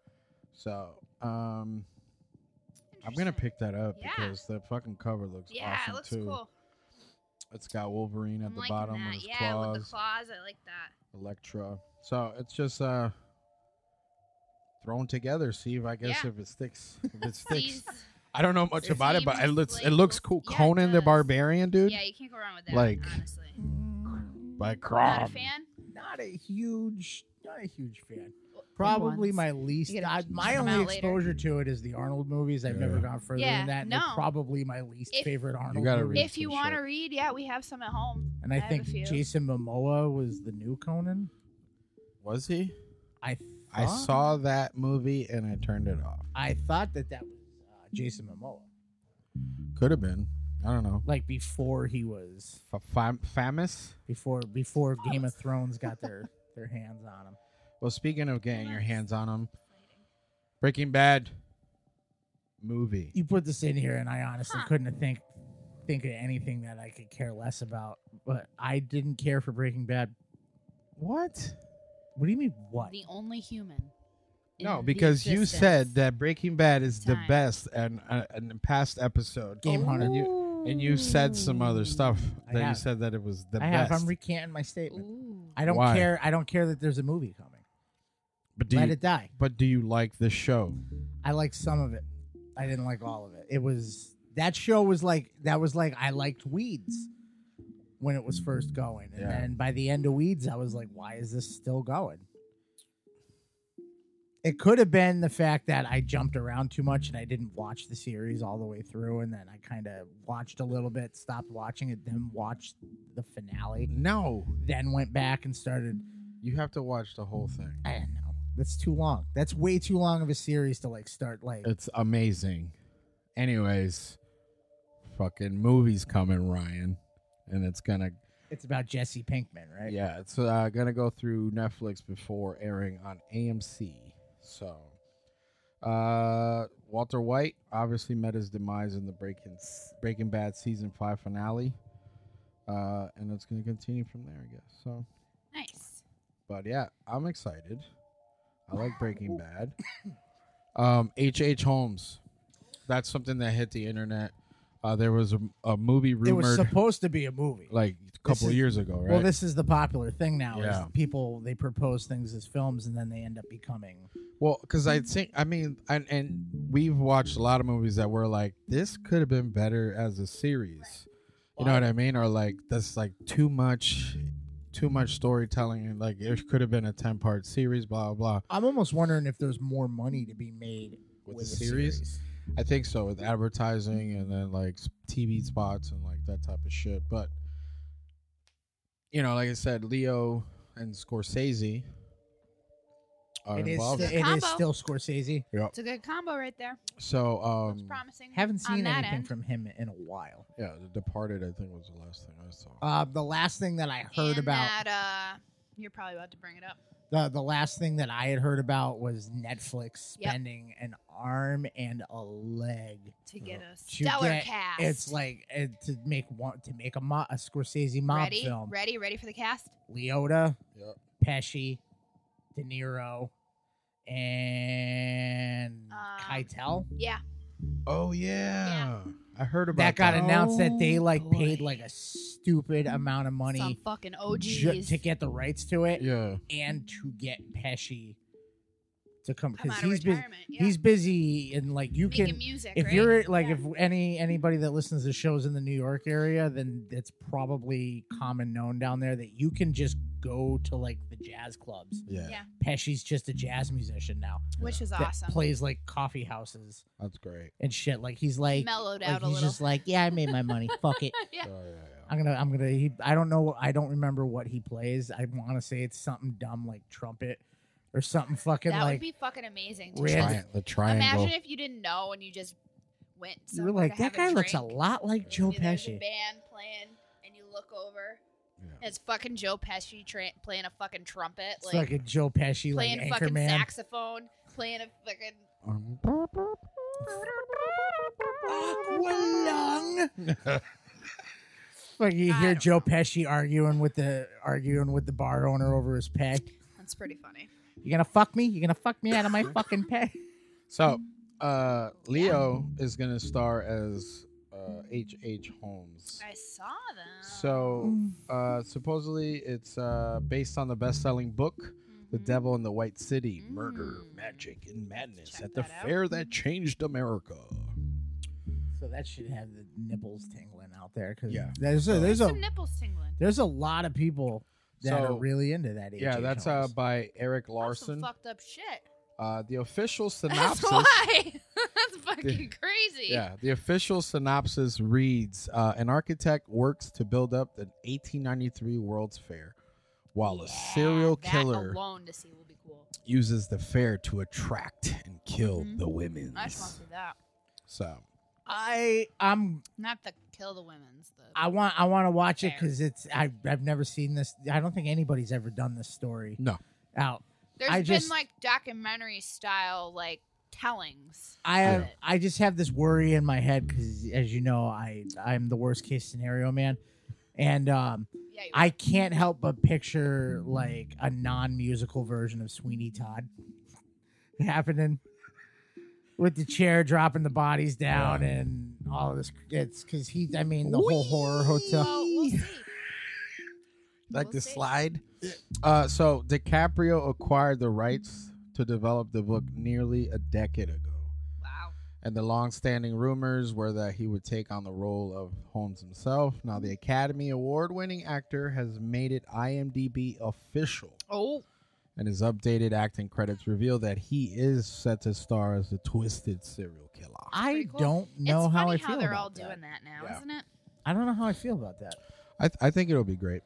D: So um, I'm gonna
B: Interesting.
D: pick that up
B: Yeah.
D: because the fucking cover looks
B: Yeah,
D: awesome
B: it looks
D: too.
B: cool.
D: It's got Wolverine at
B: I'm
D: the
B: liking
D: bottom
B: that.
D: with his
B: yeah,
D: claws,
B: with the claws, I like that.
D: Electra. So it's just uh thrown together. See if I guess
B: Yeah.
D: if
B: [laughs]
D: it sticks. If it sticks.
B: These-
D: I don't know much
B: It
D: about it, but it
B: seems
D: looks it
B: like-
D: looks cool.
B: yeah, it
D: Conan the
B: does.
D: Barbarian, dude.
B: yeah, you can't go wrong with that.
D: like,
B: honestly,
D: By
B: not a
D: Crom.
B: fan.
A: Not a huge, not a huge fan. Probably
B: once.
A: my least.
B: You gotta
A: I,
B: check
A: my
B: them
A: only
B: out later.
A: exposure to it is the Arnold movies. I've never
D: Yeah.
A: gone further
B: Yeah,
A: than that. and they're
B: no.
A: probably my least
B: If-
A: favorite Arnold.
D: gotta
A: movie.
D: read
B: If you
D: some
B: want to
D: shit.
B: read, yeah, we have some at home.
A: And I,
B: have
A: think
B: a few.
A: Jason Momoa was the new Conan.
D: Was he?
A: I
D: I
A: thought-
D: saw that movie and I turned it off.
A: I thought that that was uh, Jason Momoa,
D: Could have been. I don't know.
A: like before he was
D: F- fam- famous.
A: before before Game of Thrones
B: [laughs]
A: got their their hands on him.
D: Well, speaking of getting your hands on them, Breaking Bad movie.
A: You put this in here, and I honestly
B: Huh.
A: couldn't think think of anything that I could care less about. But I didn't care for Breaking Bad.
D: What?
A: What do you mean? What?
B: The only human. in
D: No,
B: the
D: because you said
B: existence.
D: that Breaking Bad is the
B: Time.
D: best, and uh, in the past episode,
A: Game Hunter.
D: and you and you said some other stuff
A: I
D: that you
A: have.
D: said that it was the
A: I have.
D: best.
A: I'm recanting my statement.
B: Ooh.
A: I don't
D: Why?
A: care. I don't care that there's a movie coming.
D: but do
A: Let
D: you,
A: it die.
D: but do you like the show?
A: I like some of it. I didn't like all of it. It was that show was like that was like I liked Weeds when it was first going, and
D: Yeah.
A: then by the end of Weeds, I was like, why is this still going? It could have been the fact that I jumped around too much and I didn't watch the series all the way through, and then I kind of watched a little bit, stopped watching it, then watched the finale,
D: No,
A: then went back and started.
D: you have to watch the whole thing.
A: I don't know. That's too long. That's way too long of a series to like start like.
D: It's amazing. Anyways, fucking movie's coming, Ryan, and it's gonna
A: It's about Jesse Pinkman, right?
D: Yeah, it's uh, gonna go through Netflix before airing on AMC. So, uh, Walter White obviously met his demise in the Breaking Breaking Bad season five finale. uh, and it's going to continue from there, I guess. So,
B: Nice.
D: but yeah, I'm excited. I like
A: [laughs]
D: Breaking Bad. Um, H. H. Holmes, that's something that hit the internet. Uh, there was a, a movie
A: It was
D: rumored
A: supposed to be a movie.
D: like a couple
A: is-
D: years ago, right?
A: Well, this is the popular thing now.
D: Yeah.
A: Is people they propose things as films and then they end up becoming.
D: Well, because I think I mean, and, and we've watched a lot of movies that were like this could have been better as a series. You know what I mean? Or like that's like too much, too much storytelling. and Like it could have been a ten part series. Blah blah. blah.
A: I'm almost wondering if there's more money to be made
D: With
A: with,
D: the
A: a
D: series?
A: series.
D: I think so with advertising and then like s- TV spots and like that type of shit. But you know, like I said, Leo and Scorsese are
A: It is,
D: involved.
A: sti- it is
B: Combo.
A: still Scorsese.
B: It's a good combo right there.
D: so
B: Looks
D: um,
B: promising.
A: Haven't
B: on
A: seen
B: that
A: anything
B: end.
A: from him in a while.
D: yeah, The Departed. I think was the last thing I saw.
A: Uh, the last thing that I heard
B: And
A: about
B: that. Uh, you're probably about to bring it up.
A: the the last thing that I had heard about was Netflix
B: Yep.
A: spending an arm and a leg
B: to
D: Uh,
B: get a
A: to
B: stellar
A: get-
B: cast.
A: It's like uh, to make one to make a mo- a Scorsese mob
B: ready,
A: film.
B: ready, ready for the cast.
A: Leota,
D: Yep.
A: Pesci, De Niro, and
B: Um,
A: Keitel.
B: Yeah,
D: Oh yeah. I heard about
A: That got announced that they
B: Oh,
A: like paid
B: boy.
A: like a stupid amount of
B: some
A: money
B: fucking
A: ju-
B: OGs.
A: to get the rights to it
D: Yeah.
A: and to get Pesci to come
B: come
A: because
B: out of
A: he's busy.
B: retirement. yeah.
A: He's busy and like you
B: making
A: can
B: music.
A: if
B: right?
A: you're like
B: Yeah.
A: if any anybody that listens to shows in the New York area, then it's probably common known down there that you can just go to like the jazz clubs.
D: Yeah.
B: Yeah.
A: Pesci's just a jazz musician now
B: which is
A: that
B: awesome.
A: plays like coffee houses
D: That's great.
A: and shit. Like he's like,
B: Mellowed
A: like,
B: out a
A: he's
B: little.
A: just like, yeah, I made
B: [laughs]
A: my money. Fuck it.
B: yeah.
D: Oh, yeah,
A: I'm gonna, I'm gonna. He, I don't know. I don't remember what he plays. I want to say it's something dumb like trumpet or something fucking
B: That
A: like.
B: would be fucking amazing.
D: yeah.
A: Really?
B: just-
D: Tri- the
B: Imagine
D: triangle.
B: if you didn't know and you just went.
A: you were
B: somewhere
A: like,
B: to have
A: that guy looks a
B: drink.
A: lot like Joe
B: and there's
A: Pesci.
B: A band playing, and you look over.
D: Yeah.
B: and It's fucking Joe Pesci tra- playing a fucking trumpet,
A: It's
B: like
A: like a Joe Pesci, like
B: playing fucking
A: Anchorman.
B: saxophone, playing a fucking
D: Um,
A: Aqualung. like you hear Joe Pesci arguing with the arguing with the bar owner over his pay.
B: That's pretty funny.
A: You gonna fuck me? You gonna fuck me out of my fucking pay?
D: [laughs] so, uh, Leo is gonna star as uh, H. H. Holmes.
B: I saw that.
D: So,
B: Mm.
D: uh, supposedly it's uh, based on the best-selling book, "The Devil in the White City: Murder,
B: Mm-hmm. Mm.
D: Magic, and Madness
B: Check
D: at the
B: that out. Mm-hmm.
D: Fair That Changed America."
A: [laughs] So that should have the nipples tingling out there because
D: Yeah.
A: there's a, there's a
B: some nipples tingling.
A: there's a lot of people that
D: So-
A: are really into that.
D: Yeah,
A: H.H.
D: that's uh,
A: Holmes.
D: by Eric
B: That's some
D: Larson.
B: fucked up shit.
D: Uh, the
B: [laughs]
D: official
B: That's
D: synopsis.
B: why. [laughs] That's fucking crazy.
D: Yeah, the official synopsis reads uh, An architect works to build up the 1893 World's Fair, while a serial
B: that
D: killer
B: alone to see will be cool.
D: uses the fair to attract and kill
B: Mhm.
D: the women.
B: I just want to see that.
D: So,
A: I I'm
B: Not the kill the women's. The
A: I want I want to watch it
B: Fair.
A: because it's I I've never seen this. I don't think anybody's ever done this story
D: no.
A: out.
B: There's
A: I
B: been
A: just-
B: like documentary style like tellings.
A: I
D: Yeah.
A: have, I just have this worry in my head because, as you know, I I'm the worst case scenario man, and um,
B: Yeah, you
A: I can't help but picture like a non musical version of Sweeney Todd [laughs] happening with the chair dropping the bodies down and all this. It's because he, I mean, the whole horror
B: well, we'll
A: hotel.
B: see.
D: Like
B: We'll
D: the
B: see.
D: slide. Uh, so, DiCaprio acquired the rights to develop the book nearly a decade ago.
B: Wow.
D: And the long-standing rumors were that he would take on the role of Holmes himself. Now, the Academy Award-winning actor has made it IMDb official,
B: Oh,
D: and his updated acting credits reveal that he is set to star as the twisted serial killer.
A: I
B: pretty cool.
A: don't know
B: it's
A: how
B: funny
A: I feel
B: how they're
A: about
B: all
A: that.
B: doing that now,
D: Yeah.
B: isn't it?
A: I don't know how I feel about that.
D: I, th- I think it'll be great.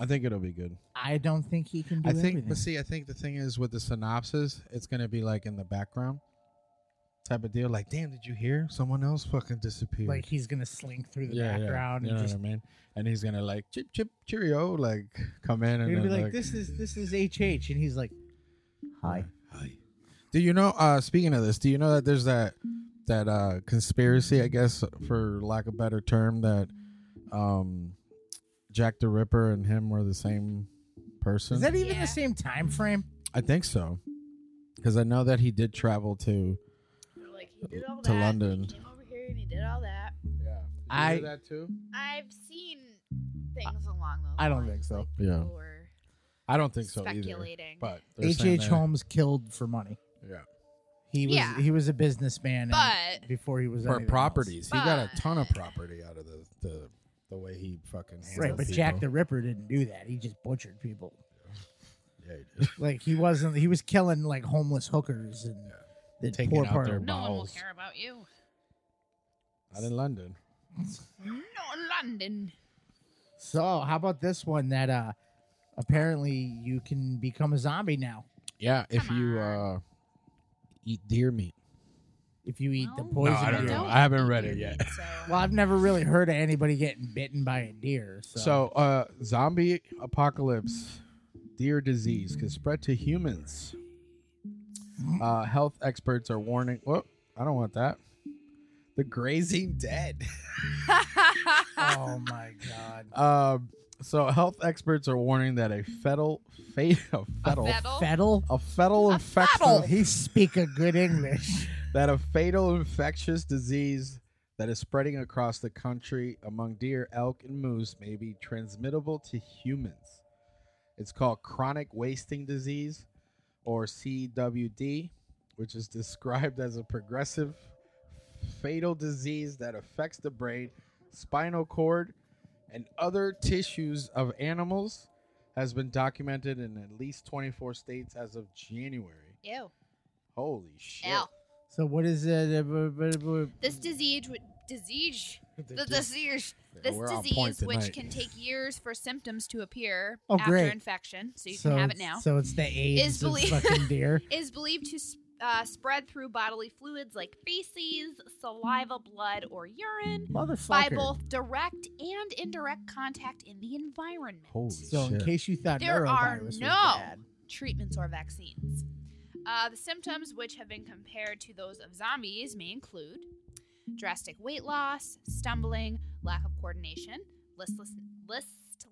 D: I think it'll be good.
A: I don't think he can do
D: I think,
A: everything.
D: but see, I think the thing is with the synopsis, it's gonna be like in the background type of deal. Like, damn, did you hear? Someone else fucking disappeared.
A: like he's gonna slink through the background
D: You
A: and
D: know
A: just
D: what I mean? And he's gonna like chip chip cheerio, like come in and then,
A: He'd be like, "This is this is HH," and he's like, "Hi."
D: "Hi." Do you know? Uh, speaking of this, do you know that there's that that uh, conspiracy, I guess, for lack of better term, that um, Jack the Ripper and him were the same person.
A: Is that even
B: Yeah.
A: the same time frame?
D: I think so, because I know that he did travel to.
G: We're Like he did all
D: To
G: that, and
D: London.
G: He came over here and he did all that.
D: Yeah,
A: I- do
D: that too.
G: I've seen things along those.
A: I don't
G: lines,
A: think so.
G: like
D: Yeah.
G: people were
D: I don't think so either.
G: speculating.
D: But they're
A: H.
D: saying
A: H.
D: that-
A: Holmes killed for money.
D: Yeah,
A: He was
B: Yeah.
A: he was a businessman, and-
B: But-
A: before he was
D: for
A: anything else.
D: properties, he got a ton of
B: But-
D: property out of the the, the way he fucking
A: Right,
D: handled
A: but
D: people.
A: Jack the Ripper didn't do that. He just butchered people.
D: yeah, he
A: [laughs]
D: did.
A: Like he wasn't. He was killing like homeless hookers and the
D: Taking
A: poor
D: out
A: part.
D: their
A: of-
B: No one will
D: Bowels.
B: care about you.
D: not in London.
B: No, London.
A: So how about this one that uh apparently you can become a zombie now
D: Yeah, if
B: Come
D: you
B: on.
D: uh, eat deer meat.
A: if you eat the
B: Well,
A: poison.
D: No, I don't
A: deer.
D: know. I haven't read it yet. [laughs]
A: Well, I've never really heard of anybody getting bitten by a deer. So,
D: So, uh, zombie apocalypse, deer disease can spread to humans. Uh, health experts are warning. Whoop! I don't want that. The grazing dead. [laughs]
A: oh my god,
B: [laughs]
D: um, so health experts are warning that a fetal, fa- [laughs] a fetal,
B: Fettle?
A: Fettle.
D: a fetal infection
A: He speak a good English.
D: that a fatal infectious disease that is spreading across the country among deer, elk, and moose may be transmittable to humans. It's called chronic wasting disease or CWD, which is described as a progressive fatal disease that affects the brain, spinal cord, and other tissues of animals has been documented in at least 24 states as of January.
B: Ew.
D: Holy shit.
B: Ew.
A: So what is it?
B: This disease, would
D: [laughs]
B: disease, the disease,
D: Yeah,
B: this
D: we're on point
B: disease, which
D: tonight.
B: can take years for symptoms to appear
A: Oh,
B: after
A: great.
B: infection, so you can have it now,
A: So it's the AIDS
B: Is
A: of
B: belie-
A: fucking
B: [laughs]
A: deer.
B: is believed to s- uh, spread through bodily fluids like feces, saliva, blood, or urine
A: Motherfucker.
B: by both direct and indirect contact in the environment.
D: Holy
A: So in
D: shit.
A: case you thought
B: There are
A: neurovirus was
B: no
A: bad,
B: treatments or vaccines. Uh, the symptoms, which have been compared to those of zombies, may include drastic weight loss, stumbling, lack of coordination, listless,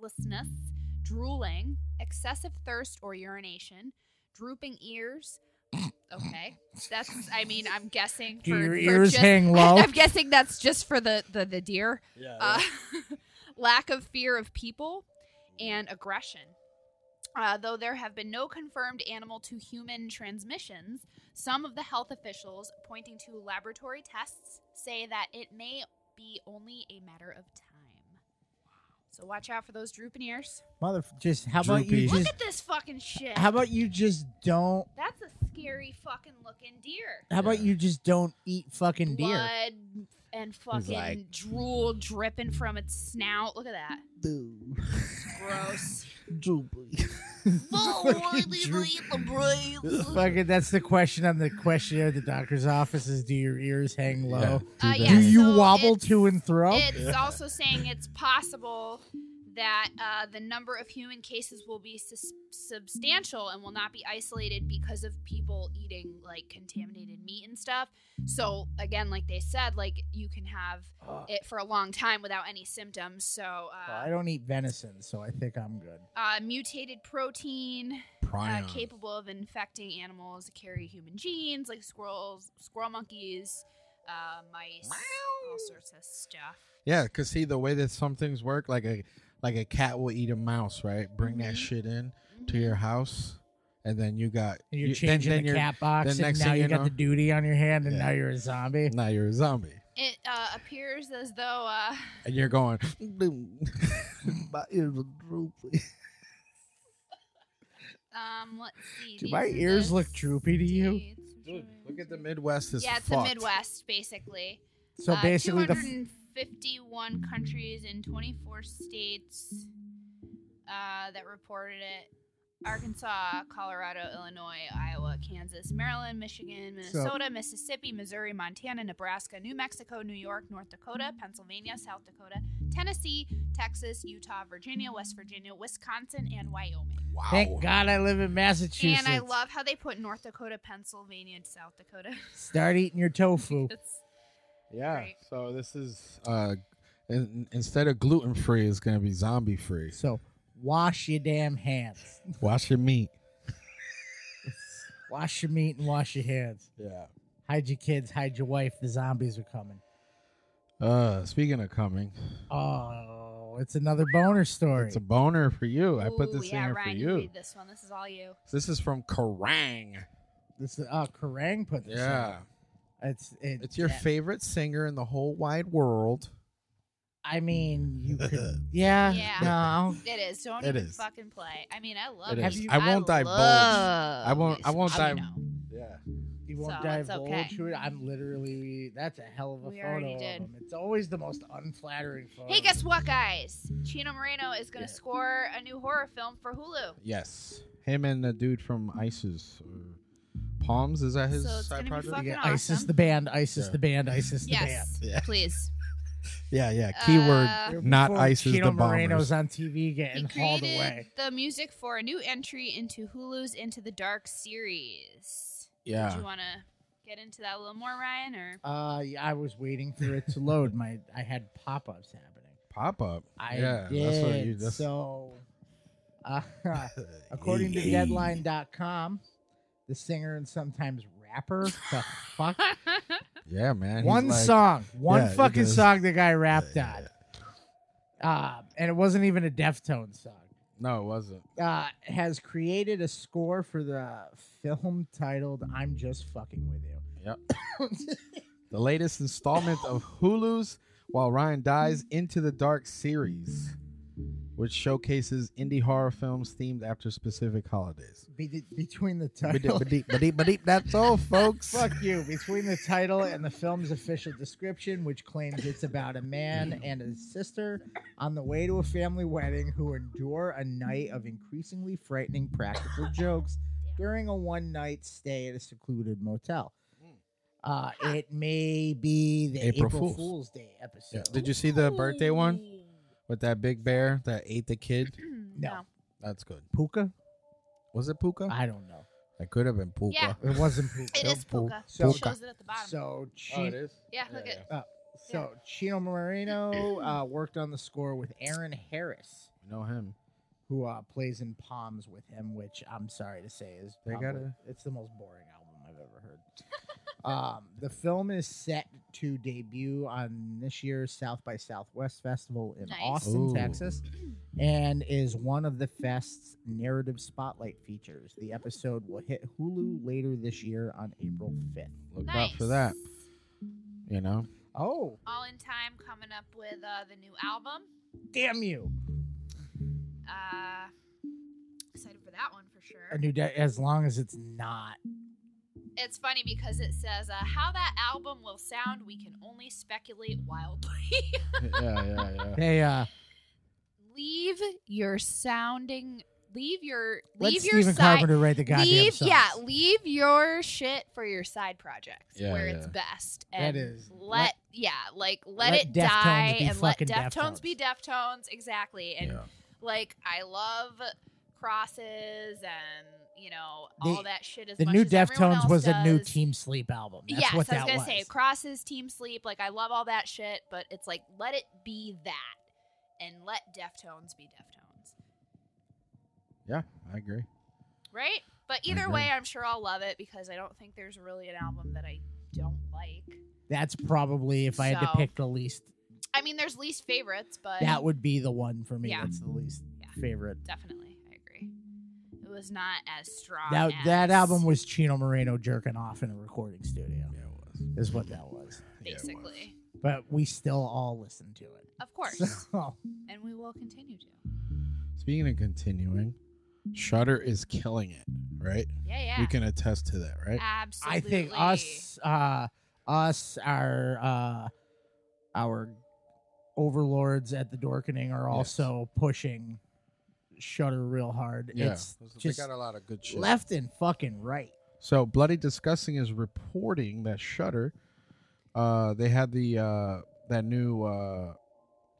B: listlessness, drooling, excessive thirst or urination, drooping ears. [coughs] Okay, that's. I mean, I'm guessing.
A: do
B: for,
A: your
B: for
A: ears
B: just,
A: [laughs] hang low?
B: I'm guessing that's just for the the, the deer. Uh, [laughs] lack of fear of people and aggression. Uh, though there have been no confirmed animal to human transmissions, some of the health officials pointing to laboratory tests say that it may be only a matter of time. So watch out for those drooping ears.
A: Mother, just how about
D: Droopy.
A: you
B: Look
A: just
B: at this fucking shit.
A: how about you just don't
B: That's a scary fucking looking deer.
A: how about
D: Yeah.
A: you just don't eat fucking deer?
B: Blood and fucking
D: like-
B: drool dripping from its snout. Look at that.
A: [laughs]
B: Gross.
A: Droopy.
B: Oh,
C: Fucking droop.
A: [laughs] fucking that's the question on the questionnaire at the doctor's office is do your ears hang low?
D: Yeah.
B: Uh,
D: Do
B: yeah,
A: Do
D: that.
A: you
B: so
A: wobble
B: it's-
A: to and thro?
B: It's uh, also saying it's possible that uh, the number of human cases will be sus- substantial and will not be isolated because of people eating like contaminated meat and stuff. So again, like they said, like you can have it for a long time without any symptoms. So
A: Well, I
B: uh,
A: don't eat venison, so I think I'm good.
B: uh, mutated protein uh,
D: Prion.
B: capable of infecting animals that carry human genes, like squirrels, squirrel monkeys, uh, mice, all sorts of stuff.
D: Yeah, cause see the way that some things work, like a like a cat will eat a mouse, right? Bring
B: Mhm.
D: that shit in to your house, and then you got
A: And you're
D: you- then-
A: changing
D: then
A: the
D: you're- [laughs]
A: cat box,
D: then
A: and
D: next
A: now
D: thing
A: you
D: you
A: got the
D: know-
A: duty on your hand, and
D: Yeah.
A: now you're a zombie.
D: Now you're a zombie,
B: It uh, appears as though uh,
D: and
B: [laughs]
D: you're going. [laughs]
C: My ears are droopy.
B: Um, let's see.
A: Do
B: these
A: my
B: are
A: ears
B: the
A: look droopy to you?
B: states.
D: Look at the Midwest is
B: Yeah, it's
D: fucked.
B: the Midwest, basically.
A: So
B: Uh,
A: basically, the f-
B: 251 countries in 24 states uh, that reported it. Arkansas, Colorado, Illinois, Iowa, Kansas, Maryland, Michigan, Minnesota, Mississippi, Missouri, Montana, Nebraska, New Mexico, New York, North Dakota, Pennsylvania, South Dakota, Tennessee, Texas, Utah, Virginia, West Virginia, Wisconsin, and Wyoming.
D: Wow.
A: thank God I live in Massachusetts.
B: And I love how they put North Dakota, Pennsylvania, and South Dakota. [laughs]
A: Start eating your tofu.
B: It's-
D: Yeah.
B: Right.
D: So this is uh, in, instead of gluten free, it's gonna be zombie free.
A: So wash your damn hands.
D: Wash your meat.
A: wash your meat and wash your hands.
D: Yeah.
A: Hide your kids. Hide your wife. The zombies are coming.
D: Uh, speaking of coming,
A: Oh, it's another boner story.
D: it's a boner for you. I put
B: Ooh,
D: this in
B: yeah,
D: here
B: Ryan,
D: for
B: you.
D: you.
B: read this one. This is all you.
D: This is from Kerrang.
A: this is uh, Kerrang put this. in.
D: Yeah.
A: it's it,
D: It's your
A: yeah.
D: favorite singer in the whole wide world.
A: I mean,
D: [laughs]
A: you could. Yeah.
B: Yeah.
A: No.
B: It is. Don't
D: It
B: even
D: is.
B: fucking play. I mean, I love
D: It
B: it.
A: Have
D: is.
A: you-
D: I won't divulge.
B: love
D: I won't- I won't
B: Scooby-Doo.
D: dive- Yeah.
A: You won't
B: So
A: dive
B: it's
A: divulge
B: okay.
A: who it. I'm literally. That's a hell of a
B: We
A: photo
B: already
A: of
B: did.
A: him. It's always the most unflattering photo.
B: Hey, guess what, guys? Chino Moreno is going
D: Yeah.
B: to score a new horror film for Hulu.
D: Yes. Him and the dude from ISIS. Or Palms, is that his
B: So it's
D: side
B: gonna be
D: project?
B: fucking
A: Yeah,
B: awesome.
A: ISIS the band. ISIS
D: Yeah.
A: the band. ISIS the band.
B: Yes,
D: Yeah.
B: please.
D: Yeah, yeah.
B: Uh,
D: Keyword not
A: Before
D: ISIS
A: Chino
D: the bombers.
A: Moreno's on TV
B: He
A: getting hauled
B: created
A: away.
B: the music for a new entry into Hulu's Into the Dark series. Do
D: yeah.
B: you want to get into that a little more, Ryan? Or [clears throat]
A: Uh, yeah, I was waiting for it to load. My I had pop ups happening.
D: Pop up.
A: I
D: yeah,
A: did.
D: that's what you that's
A: so, uh, [laughs] according to Deadline.com, the singer and sometimes rapper, the fuck,
D: Yeah, man. he's
A: one
D: like-
A: song, one
D: Yeah, he
A: fucking
D: does.
A: song the guy rapped
D: Yeah,
A: on, uh, and it wasn't even a Deftones song.
D: No, it wasn't.
A: Uh, has created a score for the film titled "I'm Just Fucking with You."
D: The latest installment of Hulu's While Ryan Dies Into the Dark series, which showcases indie horror films themed after specific holidays.
A: [coughs] Be- between the title
D: Ba-deep-ba-deep-ba-deep, That's all, folks.
A: [laughs] Fuck you. Between the title and the film's official description, which claims it's about a man and his sister on the way to a family wedding who endure a night of increasingly frightening practical jokes during a one night stay at a secluded motel. Uh, it may be the
D: April
A: April,
D: Fool's.
A: Fool's. Day
D: Yeah.
A: episode.
D: Did you see the birthday one with that big bear that ate the kid?
A: No.
D: That's good.
A: Puka?
D: Was it Puka?
A: I don't know.
D: That could have been Puka.
B: Yeah.
A: It wasn't Puka.
B: it is Puka.
A: So-
B: it shows it at the bottom.
A: So,
D: Oh,
A: she,
D: it is.
B: yeah, look at
A: so Chino Moreno uh, worked on the score with Aaron Harris.
D: We know him.
A: who uh, plays in Palms with him, which I'm sorry to say is
D: They
A: probably,
D: gotta-
A: it's the most boring album I've ever heard. [laughs] um, the film is set to debut on this year's South by Southwest Festival in
B: Nice.
A: Austin,
D: Ooh.
A: Texas, and is one of the fest's narrative spotlight features. The episode will hit Hulu later this year on April 5th.
D: Look
B: nice.
D: out for that. You
A: [laughs]
D: know.
A: Oh,
B: All in time, coming up with uh, the new album.
A: damn you!
B: Uh, excited for that one for sure.
A: A new de- as long as it's not
B: It's funny because it says uh, how that album will sound. We can only speculate wildly.
D: yeah, yeah, yeah.
A: they uh
B: leave your sounding. Leave your
A: let
B: leave your
A: Stephen
B: side.
A: Carpenter write the goddamn
B: leave
A: songs.
B: yeah leave your shit for your side projects
D: Yeah,
B: where
D: yeah.
B: it's best
A: That
B: and
A: is-
B: let,
A: let-
B: yeah like let,
A: let
B: it
A: Deftones
B: die
A: be
B: and let
A: fucking
B: deftones,
A: Deftones.
B: be deftones exactly and
D: Yeah.
B: like i love crosses and you know
A: The-
B: all that shit as
A: The
B: much
A: new
B: as everyone
A: Deftones
B: else
A: was a new
B: does.
A: Team Sleep album. That's
B: yes
A: what
B: i was
A: that
B: gonna say crosses team sleep like i love all that shit but it's like let it be that and let deftones be deftones
D: Yeah, I agree.
B: right? But either
D: agree.
B: way, I'm sure I'll love it because I don't think there's really an album that I don't like.
A: That's probably if I had to
B: So-
A: pick the least,
B: I mean, there's least favorites, but
A: that would be the one for me.
B: Yeah.
A: That's the least
B: Yeah.
A: favorite.
B: definitely, I agree. It was not as strong.
A: That
B: as
A: that album was Chino Moreno jerking off in a recording studio.
D: Yeah, it was.
A: Is what that was.
D: Yeah, it was.
B: basically,
A: But we still all listened to it.
B: of course,
A: [laughs] So,
B: and we will continue to.
D: Speaking of continuing, Shutter is killing it, right?
B: Yeah, yeah,
D: We can attest to that, right?
B: absolutely.
A: I think us, uh, us, our uh, our overlords at the Dorkening are
D: Yes.
A: also pushing Shutter real hard. It's just
D: they got a lot of good shit.
A: left and fucking right.
D: So Bloody Disgusting is reporting that Shutter, uh, they had the uh, that new uh,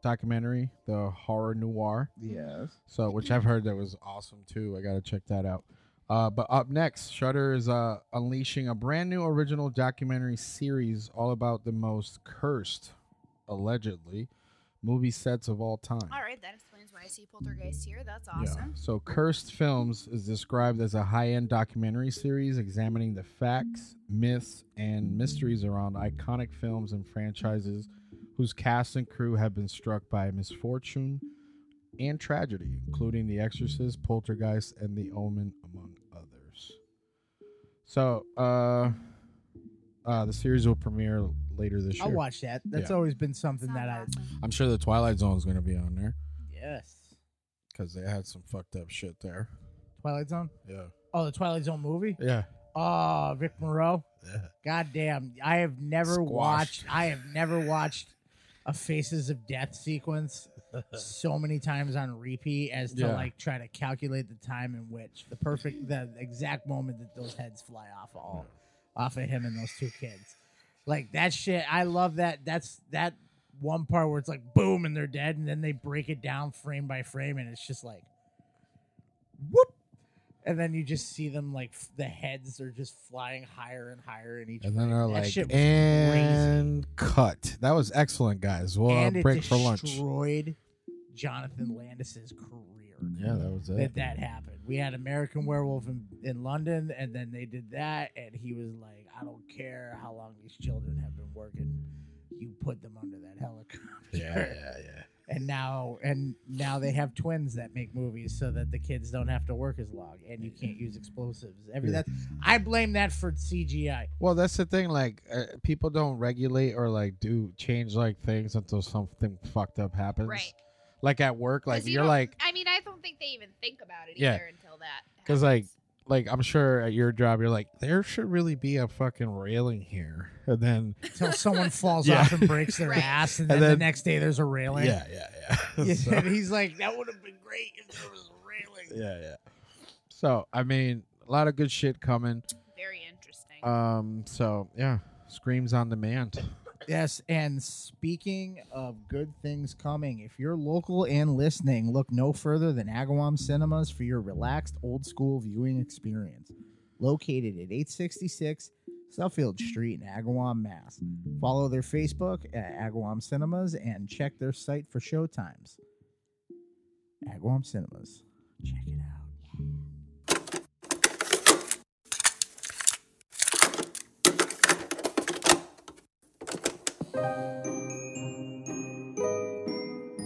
D: documentary, the horror noir.
A: Yes.
D: So which I've heard that was awesome too. I gotta check that out. Uh, but up next, Shutter is uh, unleashing a brand new original documentary series all about the most cursed, allegedly, movie sets of all time.
B: All right, that explains why I see Poltergeist here. That's
D: Yeah.
B: awesome.
D: So, Cursed Films is described as a high end documentary series examining the facts, myths, and mysteries around iconic films and franchises whose cast and crew have been struck by misfortune and tragedy, including The Exorcist, Poltergeist, and The Omen, among others. So, uh, uh, the series will premiere later this
A: I'll
D: year.
A: watch that. That's
D: Yeah.
A: always been something
B: Sounds
A: that I
B: awesome.
D: I'm sure the Twilight Zone is going to be on there
A: yes.
D: because they had some fucked up shit there.
A: Twilight Zone.
D: Yeah.
A: Oh, the Twilight Zone movie.
D: Yeah.
A: Oh, Vic Moreau.
D: Yeah.
A: God damn. I have never
D: Squashed.
A: watched. I have
D: [laughs]
A: never watched a Faces of Death sequence so many times on repeat as to
D: Yeah.
A: like try to calculate the time in which the perfect, the exact moment that those heads fly off all off of him and those two kids. Like that shit. I love that. That's that one part where it's like boom and they're dead, and then they break it down frame by frame, and it's just like whoop. And then you just see them like f- the heads are just flying higher and higher in each.
D: And then
A: frame.
D: they're
A: that
D: like,
A: shit was
D: and cut. That was excellent, guys. We'll
A: crazy.
D: uh,
A: and it
D: break for lunch.
A: destroyed Jonathan Landis's career.
D: Yeah, that was it.
A: that that happened. We had American Werewolf in, in London, and then they did that, and he was like, "I don't care how long these children have been working, you put them under that helicopter."
D: Yeah, yeah, yeah.
A: And now, and now they have twins that make movies so that the kids don't have to work as long, and you can't use explosives. Every
D: Yeah.
A: that's I blame that for CGI.
D: Well, that's the thing. Like, uh, people don't regulate or like do change like things until something fucked up happens.
B: Right.
D: Like at work, like
B: 'Cause you
D: you're
B: don't-
D: like,
B: I mean, I don't think they even think about it
D: Yeah.
B: either until that.
D: 'Cause, like,
B: happens.
D: like I'm sure at your job, you're like, there should really be a fucking railing here, and then
A: Until
D: [laughs]
A: someone falls
D: Yeah.
A: off and breaks their
B: Right.
A: ass, and then,
D: And
A: the
D: then-
A: next day there's a railing.
D: yeah, yeah, yeah.
A: Yeah,
D: So-
A: [laughs] and he's like, "That would have been great if there was a railing."
D: yeah, yeah. So I mean, a lot of good shit coming.
B: very interesting.
D: Um, so yeah, screams on demand.
A: Yes, and speaking of good things coming, if you're local and listening, look no further than Agawam Cinemas for your relaxed old school viewing experience. Located at 866 Suffield Street in Agawam, Mass. Follow their Facebook at Agawam Cinemas and check their site for showtimes. Agawam Cinemas. Check it out.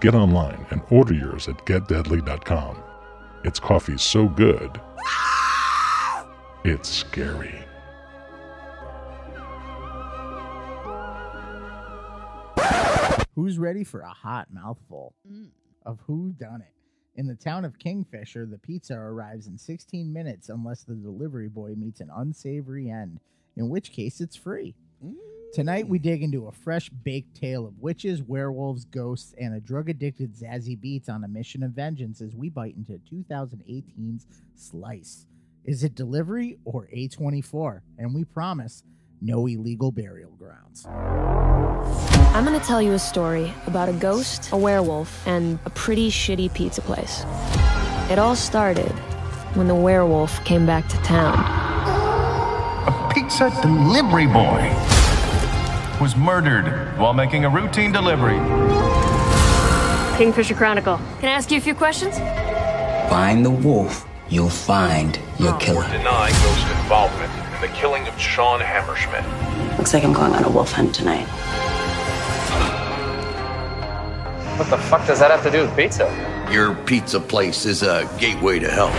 H: get online and order yours at getdeadly.com. It's coffee so good, it's scary.
A: Who's ready for a hot mouthful
B: Mm.
A: of who done it? In the town of Kingfisher, the pizza arrives in 16 minutes unless the delivery boy meets an unsavory end, in which case it's free. Tonight we dig into a fresh baked tale of witches, werewolves, ghosts, and a drug addicted Zazzy Beats on a mission of vengeance as we bite into 2018's Slice. Is it delivery or A24? And we promise no illegal burial grounds.
I: I'm gonna tell you a story about a ghost, a werewolf, and a pretty shitty pizza place. It all started when the werewolf came back to town.
J: A pizza delivery boy was murdered while making a routine delivery.
I: Kingfisher Chronicle. Can I ask you a few questions?
C: Find the wolf, you'll find your killer.
J: Deny ghost involvement in the killing of Sean Hammerschmidt.
K: Looks like I'm going on a wolf hunt tonight.
L: What the fuck does that have to do with pizza?
J: Your pizza place is a gateway to hell.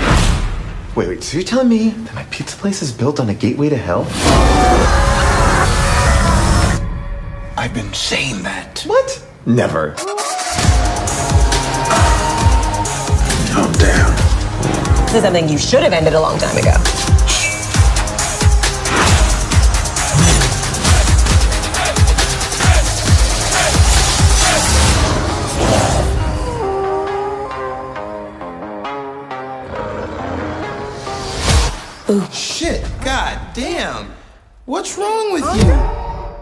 L: Wait, wait, so you're telling me that my pizza place is built on a gateway to hell?
J: I've been saying that.
L: What? Never.
J: Calm down.
K: This is something you should have ended a long time ago.
L: Ooh. Shit, god damn. What's wrong with you?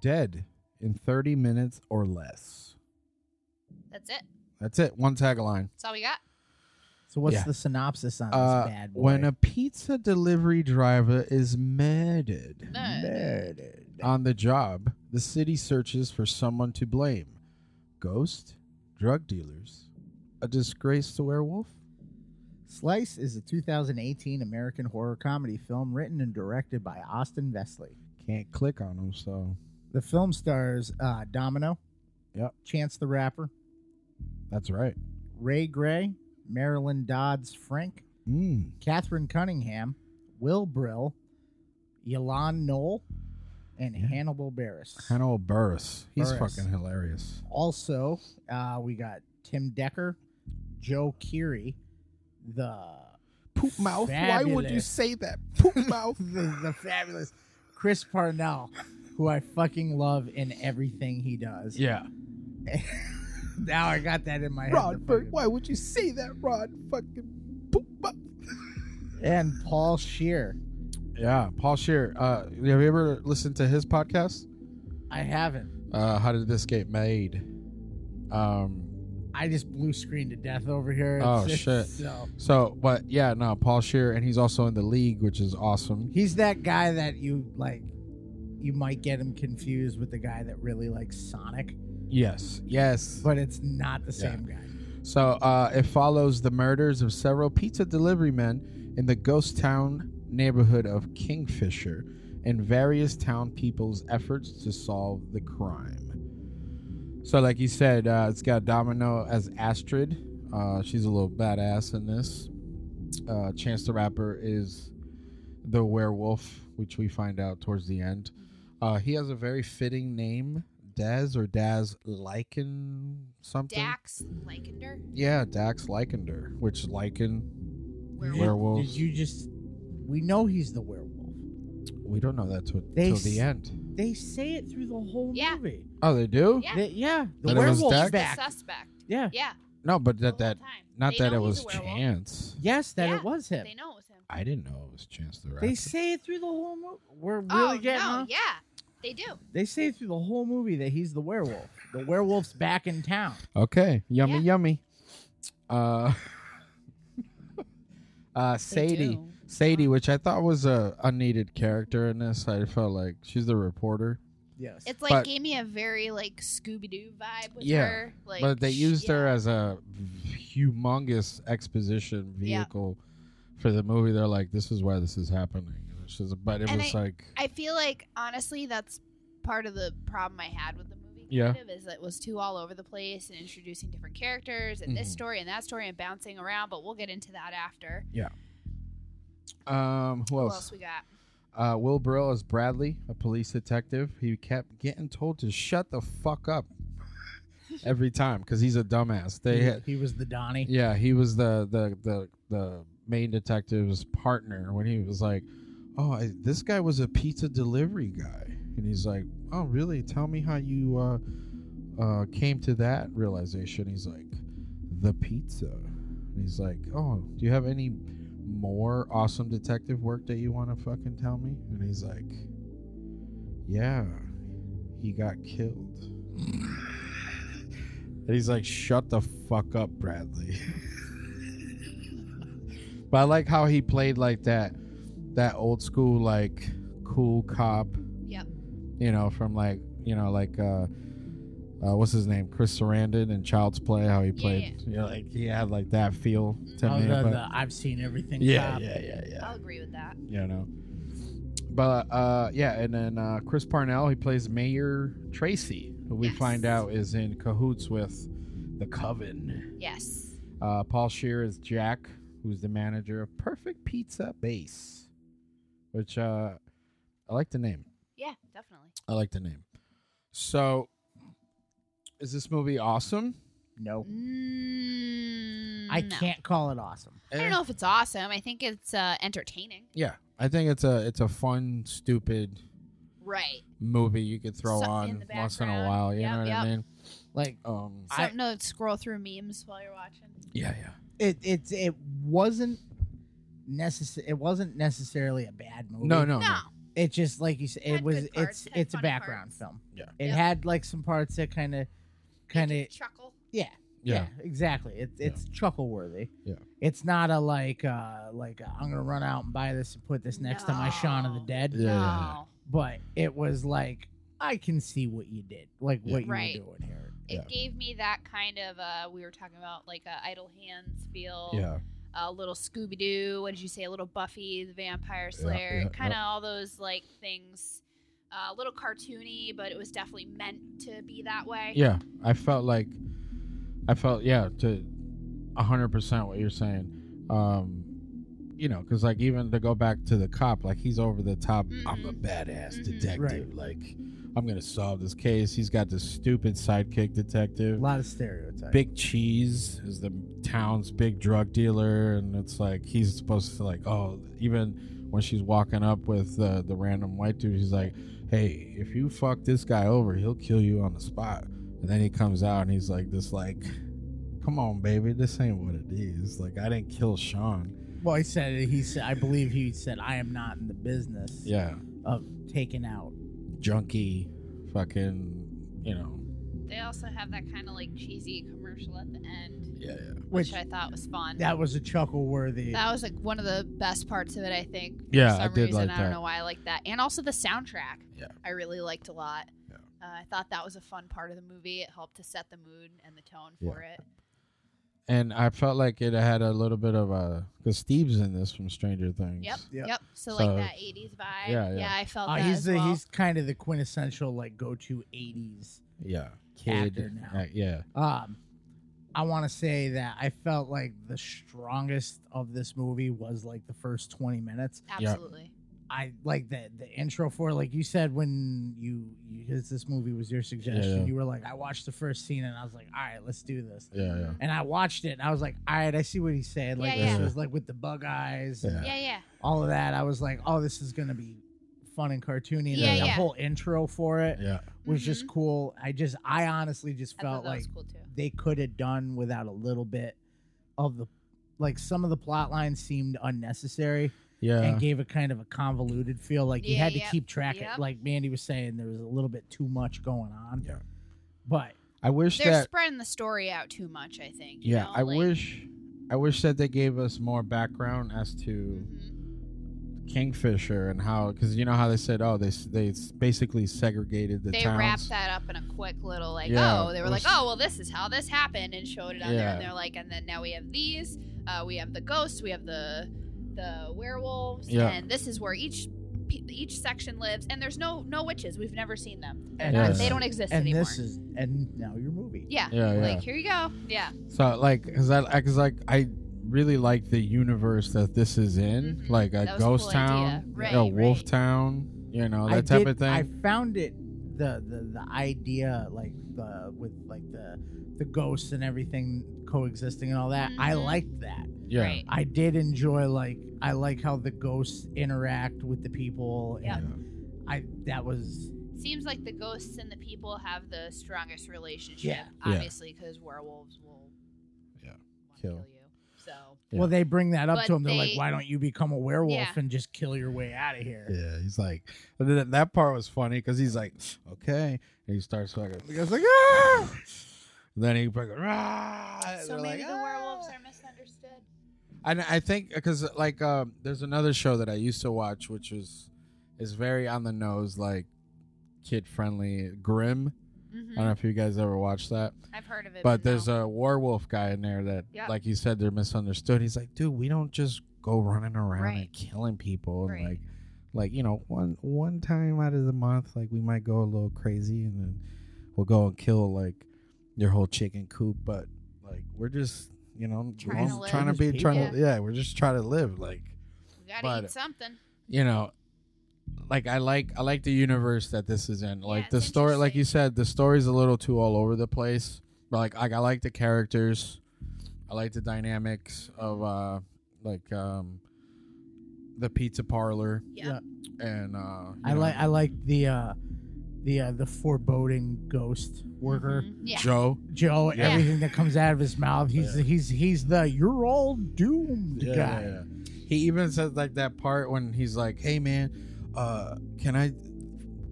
D: Dead in 30 minutes or less.
B: That's it.
D: That's it. One tagline.
B: That's all we got.
A: So what's
D: Yeah.
A: the synopsis on
D: Uh,
A: this bad boy?
D: when a pizza delivery driver is murdered,
A: Murdered.
D: on the job, the city searches for someone to blame: ghost, drug dealers, a disgraced werewolf.
A: Slice is a 2018 American horror comedy film written and directed by Austin Vesley.
D: Can't click on him, so
A: The film stars uh, Domino,
D: Yep.
A: Chance the Rapper,
D: that's right.
A: Ray Gray, Marilyn Dodds Frank,
D: Mm.
A: Catherine Cunningham, Will Brill, Yolan Knoll, and Hannibal Barris.
D: Hannibal Burris. He's
A: Buress.
D: fucking hilarious.
A: Also, uh, we got Tim Decker, Joe Keery, the
D: poop mouth. Why would you say [laughs] that? Poop mouth.
A: the, the fabulous Chris Parnell, who I fucking love in everything he does.
D: Yeah.
A: Now I got that in my head.
D: Rod, Bert, why would you say that, Rod? Fucking poop mouth.
A: And Paul Shear.
D: Yeah, Paul Shear. Uh, have you ever listened to his podcast?
A: I haven't.
D: Uh, How did this get made? Um,
A: I just blue screen to death over here.
D: oh
A: It's-
D: shit.
A: [laughs] So
D: So, but yeah, no, Paul Shear, and he's also in the league, which is awesome.
A: he's that guy that you like. You might get him confused with the guy that really likes Sonic,
D: Yes, yes.
A: but it's not the same guy.
D: So uh, it follows the murders of several pizza delivery men in the ghost town neighborhood of Kingfisher and various town people's efforts to solve the crime. So, like you said, uh, it's got Domino as Astrid. Uh, she's a little badass in this. Uh, Chance the Rapper is the werewolf, which we find out towards the end. Uh, he has a very fitting name, Daz or Daz Lycan something.
B: Dax Lykander.
D: Yeah, Dax Lykander, which Lycan
A: Did-
D: werewolves.
A: Did you just? We know he's the werewolf.
D: we don't know that till,
A: They
D: till the
A: s-
D: end.
A: They say it through the whole
B: Yeah.
A: movie.
D: Oh, they do?
B: Yeah.
A: They- yeah, the
D: That it was Dax?
A: werewolf's back.
B: Suspect.
A: Yeah.
B: Yeah.
D: No, but that
B: the whole
D: that
B: time.
D: not
B: They
D: that
B: know
D: it
B: he's
D: was
B: a werewolf.
D: Chance.
A: Yes, that
B: Yeah,
A: it was him.
B: They know it was him.
D: I didn't know it was Chance the Rapper.
A: They say it through the whole movie. We're really
B: oh
A: getting
B: no!
A: on-
B: Yeah, they do.
A: They say through the whole movie that he's the werewolf. The werewolf's back in town.
D: okay, yummy,
B: Yeah.
D: yummy. Uh, [laughs] uh, Sadie,
B: do. Uh-huh.
D: Sadie, which I thought was a unneeded character in this. I felt like she's the reporter.
A: Yes.
B: It's like
D: But-
B: gave me a very like Scooby Doo vibe with
D: Yeah,
B: her. Like,
D: but they used her
B: yeah.
D: as a humongous exposition
B: Yeah.
D: vehicle for the movie. They're like, "This is why this is happening." And it's just- but it
B: And
D: was like,
B: I feel like honestly, that's part of the problem I had with the movie. Kind
D: Yeah.
B: of, is that it was too all over the place and introducing different characters and this
D: Mhm.
B: story and that story and bouncing around. But we'll get into that after.
D: um, who
B: What
D: else?
B: else we got?
D: Uh, Will Brill as Bradley, a police detective. He kept getting told to shut the fuck up [laughs] every time because he's a dumbass.
B: Mm-hmm.
D: They
A: he,
D: had,
A: he was the Donnie.
D: Yeah, he was the the the the main detective's partner when he was like, "Oh, I, this guy was a pizza delivery guy," and he's like, "Oh, really? Tell me how you uh, uh, came to that realization." He's like, "The pizza," and he's like, "Oh, do you have any more awesome detective work that you want to fucking tell me?" And he's like, "Yeah, he got killed." And he's like, shut the fuck up, Bradley. [laughs] but I like how he played like that that old school like cool cop,
B: Yep.
D: you know, from like you know, like uh uh, what's his name? Chris Sarandon in Child's Play. How he played, you know, like he had like that feel to
A: Oh,
D: me.
A: the,
D: but-
A: the I've seen everything.
D: yeah,
A: cop.
D: yeah, yeah, yeah.
B: I'll agree with that.
D: You know, but uh, yeah, and then uh, Chris Parnell he plays Mayor Tracy, who we
B: Yes.
D: find out is in cahoots with the Coven.
B: Yes.
D: Uh, Paul Shear is Jack, who's the manager of Perfect Pizza Base, which uh, I like the name.
B: Yeah, definitely.
D: I like the name. So, is this movie awesome?
A: No.
B: Mm,
A: I
B: no.
A: can't call it awesome.
B: I don't know if it's awesome. I think it's uh, entertaining.
D: Yeah, I think it's a it's a fun, stupid
B: Right.
D: movie you could throw
B: Something in
D: on
B: the
D: once in a
B: background.
D: while. You
B: Yep,
D: know what
B: yep.
D: I mean?
A: Like
D: Um,
A: I-
B: Something to scroll through memes while you're watching.
D: yeah, yeah.
A: it it it wasn't necessary. It wasn't necessarily a bad movie.
D: No, Oh, no, no. No.
A: It just like you said, it,
D: had
A: was.
D: good parts,
A: It's
D: had
A: it's a
D: funny
A: background
D: parts.
A: film.
D: Yeah.
A: It
D: Yep.
A: had like some parts that kind of, kind of
G: chuckle.
A: Yeah.
D: Yeah.
A: exactly. It's it's chuckle worthy.
D: Yeah.
A: It's not a like uh like i am I'm gonna run out and buy this and put this next to my Shaun of the Dead.
D: Yeah, yeah, yeah.
A: But it was like I can see what you did, like what you
B: Right.
A: were doing here.
B: It gave me that kind of uh, we were talking about like a idle hands feel.
A: Yeah.
B: A little Scooby Doo. What did you say? A little Buffy the Vampire
D: Yeah,
B: Slayer.
D: yeah,
B: kind of
D: yeah.
B: all those like things. Uh, a little cartoony, but it was definitely meant to be that way.
D: Yeah, I felt like I felt yeah to hundred percent what you're saying. Um, you know, because like even to go back to the cop, like he's over the top. I'm a badass detective. Like I'm gonna solve this case. He's got this stupid sidekick detective. A
A: lot of stereotypes.
D: Big Cheese is the town's big drug dealer, and it's like he's supposed to like oh even when she's walking up with uh, the random white dude, he's like, hey, if you fuck this guy over, he'll kill you on the spot. And then he comes out and he's like this like, come on baby, this ain't what it is. Like I didn't kill Sean.
A: Well, he said he said I believe he said I am not in the business.
D: Yeah.
A: Of taking out.
D: junkie, fucking, you know.
B: They also have that kind of like cheesy commercial at the end.
D: Yeah, yeah.
B: Which,
A: Which-
B: I thought was fun.
A: That was a chuckle worthy.
B: That was like one of the best parts of it, I think.
A: Yeah,
B: for
A: I
B: some
A: did
B: reason.
A: like
B: I don't
A: that.
B: know why I like that, and also the soundtrack. Yeah, I really liked a lot. Yeah. Uh, I thought that was a fun part of the movie. It helped to set the mood and the tone for it.
D: And I felt like it had a little bit of a because Steve's in this from Stranger Things.
B: Yep, Yep. yep. So, like, that 80s vibe. Yeah, I felt
A: Uh,
B: that
A: he's
B: as
A: the,
B: well.
A: he's kind of the quintessential like go to '80s.
D: yeah, kid.
A: actor now.
D: uh, yeah,
A: Um, I want to say that I felt like the strongest of this movie was like the first 20 minutes.
D: Yeah.
B: Absolutely.
A: I like the the intro for it, like you said when you because this movie was your suggestion.
D: Yeah, yeah.
A: You were like, I watched the first scene and I was like, all right, let's do this.
D: yeah, yeah.
A: And I watched it and I was like, all right, I see what he said. Like
D: Yeah,
A: this
D: yeah.
A: was like with the bug eyes. and
B: Yeah, yeah.
A: All of that. I was like, oh, this is gonna be fun and cartoony. And
B: Yeah,
A: like, the
B: yeah.
A: whole intro for it
D: Yeah.
A: was just cool. I just I honestly just
B: Mm-hmm. I thought
A: felt
B: that
A: like
B: was cool, too.
A: they could have done without a little bit of the like some of the plot lines seemed unnecessary.
D: Yeah.
A: And gave a kind of a convoluted feel. Like you
D: Yeah,
A: had to
D: yep,
A: keep track
D: yep.
A: of like Mandy was saying, there was a little bit too much going on. Yeah. But
D: I wish
B: They're
D: that.
B: spreading the story out too much. I think. you
D: yeah,
B: know,
D: I
B: like-
D: wish, I wish that they gave us more background as to
B: mm-hmm.
D: Kingfisher and how because you know how they said oh they s- they s- basically segregated the
B: they
D: towns.
B: wrapped that up in a quick little like
D: Yeah,
B: oh they
D: it
B: were like
D: was-
B: oh well this is how this happened and showed it on there
D: Yeah.
B: and they're like and then now we have these uh, we have the ghosts we have the the werewolves
D: Yeah.
B: and this is where each pe- each section lives and there's no no witches we've never seen them They're
A: and
B: not-
A: this-
B: they don't exist
A: and
B: anymore
A: this is and now your movie.
B: yeah.
D: Yeah, yeah.
B: like here you go yeah
D: So like, cause I, I- cause like I really like the universe that this is in,
B: Mm-hmm.
D: like a
A: That was a
D: ghost
A: cool
D: town,
A: idea.
D: a
A: Right,
D: wolf town, you know that
A: I
D: type
A: did-
D: of thing.
A: I found it the, the the idea like the with like the the ghosts and everything coexisting and all that. I
B: Mm-hmm.
D: Mhm.
A: liked that.
D: Yeah. Right.
A: I did enjoy like I like how the ghosts interact with the people
B: Yeah.
A: and I that was
B: seems like the ghosts and the people have the strongest relationship
A: Yeah. Yeah.
B: obviously because werewolves will
D: kill.
B: so
A: Well, they bring that up
B: But
A: to him. They're like,
B: they-
A: "Why don't you become a werewolf
B: Yeah.
A: and just kill your way out of here?"
D: Yeah, he's like, and then that part was funny because he's like, okay, and he starts fucking.
A: The guy's like, ah!
D: Then he fucking, "Ah!" And
B: so
D: they're
B: maybe
D: like,
B: the werewolves are misunderstood
D: And I think because like um, there's another show that I used to watch, which is is very on the nose, like kid friendly, grim.
B: Mm-hmm.
D: I
A: Uh,
D: don't know if you guys ever watched that.
B: I've heard of it,
D: But
B: but
D: there's a werewolf guy in there that,
B: Yep.
D: like you said, they're misunderstood. He's like, dude, we don't just go running around
B: Right.
D: and killing people.
B: Right.
D: And like, like you know, one one time out of the month, like we might go a little crazy, and then we'll go and kill like your whole chicken coop. But like, we're just you know
B: Trying to
D: we're
B: live.
D: trying to
B: Just
D: be
B: people.
D: trying to yeah, we're just trying to live like
B: we gotta
D: but-
B: eat something
D: you know like i like i like the universe that this is in like the story like you said the story's a little too all over the place but like i, I like the characters i like the dynamics of uh like um the pizza parlor
A: Yeah.
D: and uh you
A: I
D: know,
A: like I like the uh the uh, the foreboding ghost worker
B: Mm-hmm.
D: Yeah. Joe.
A: Joe
D: Yeah.
A: everything that comes out of his mouth he's he's he's the you're all doomed
D: yeah,
A: guy
D: yeah, yeah. He even says like that part when he's like, "Hey man, uh, can I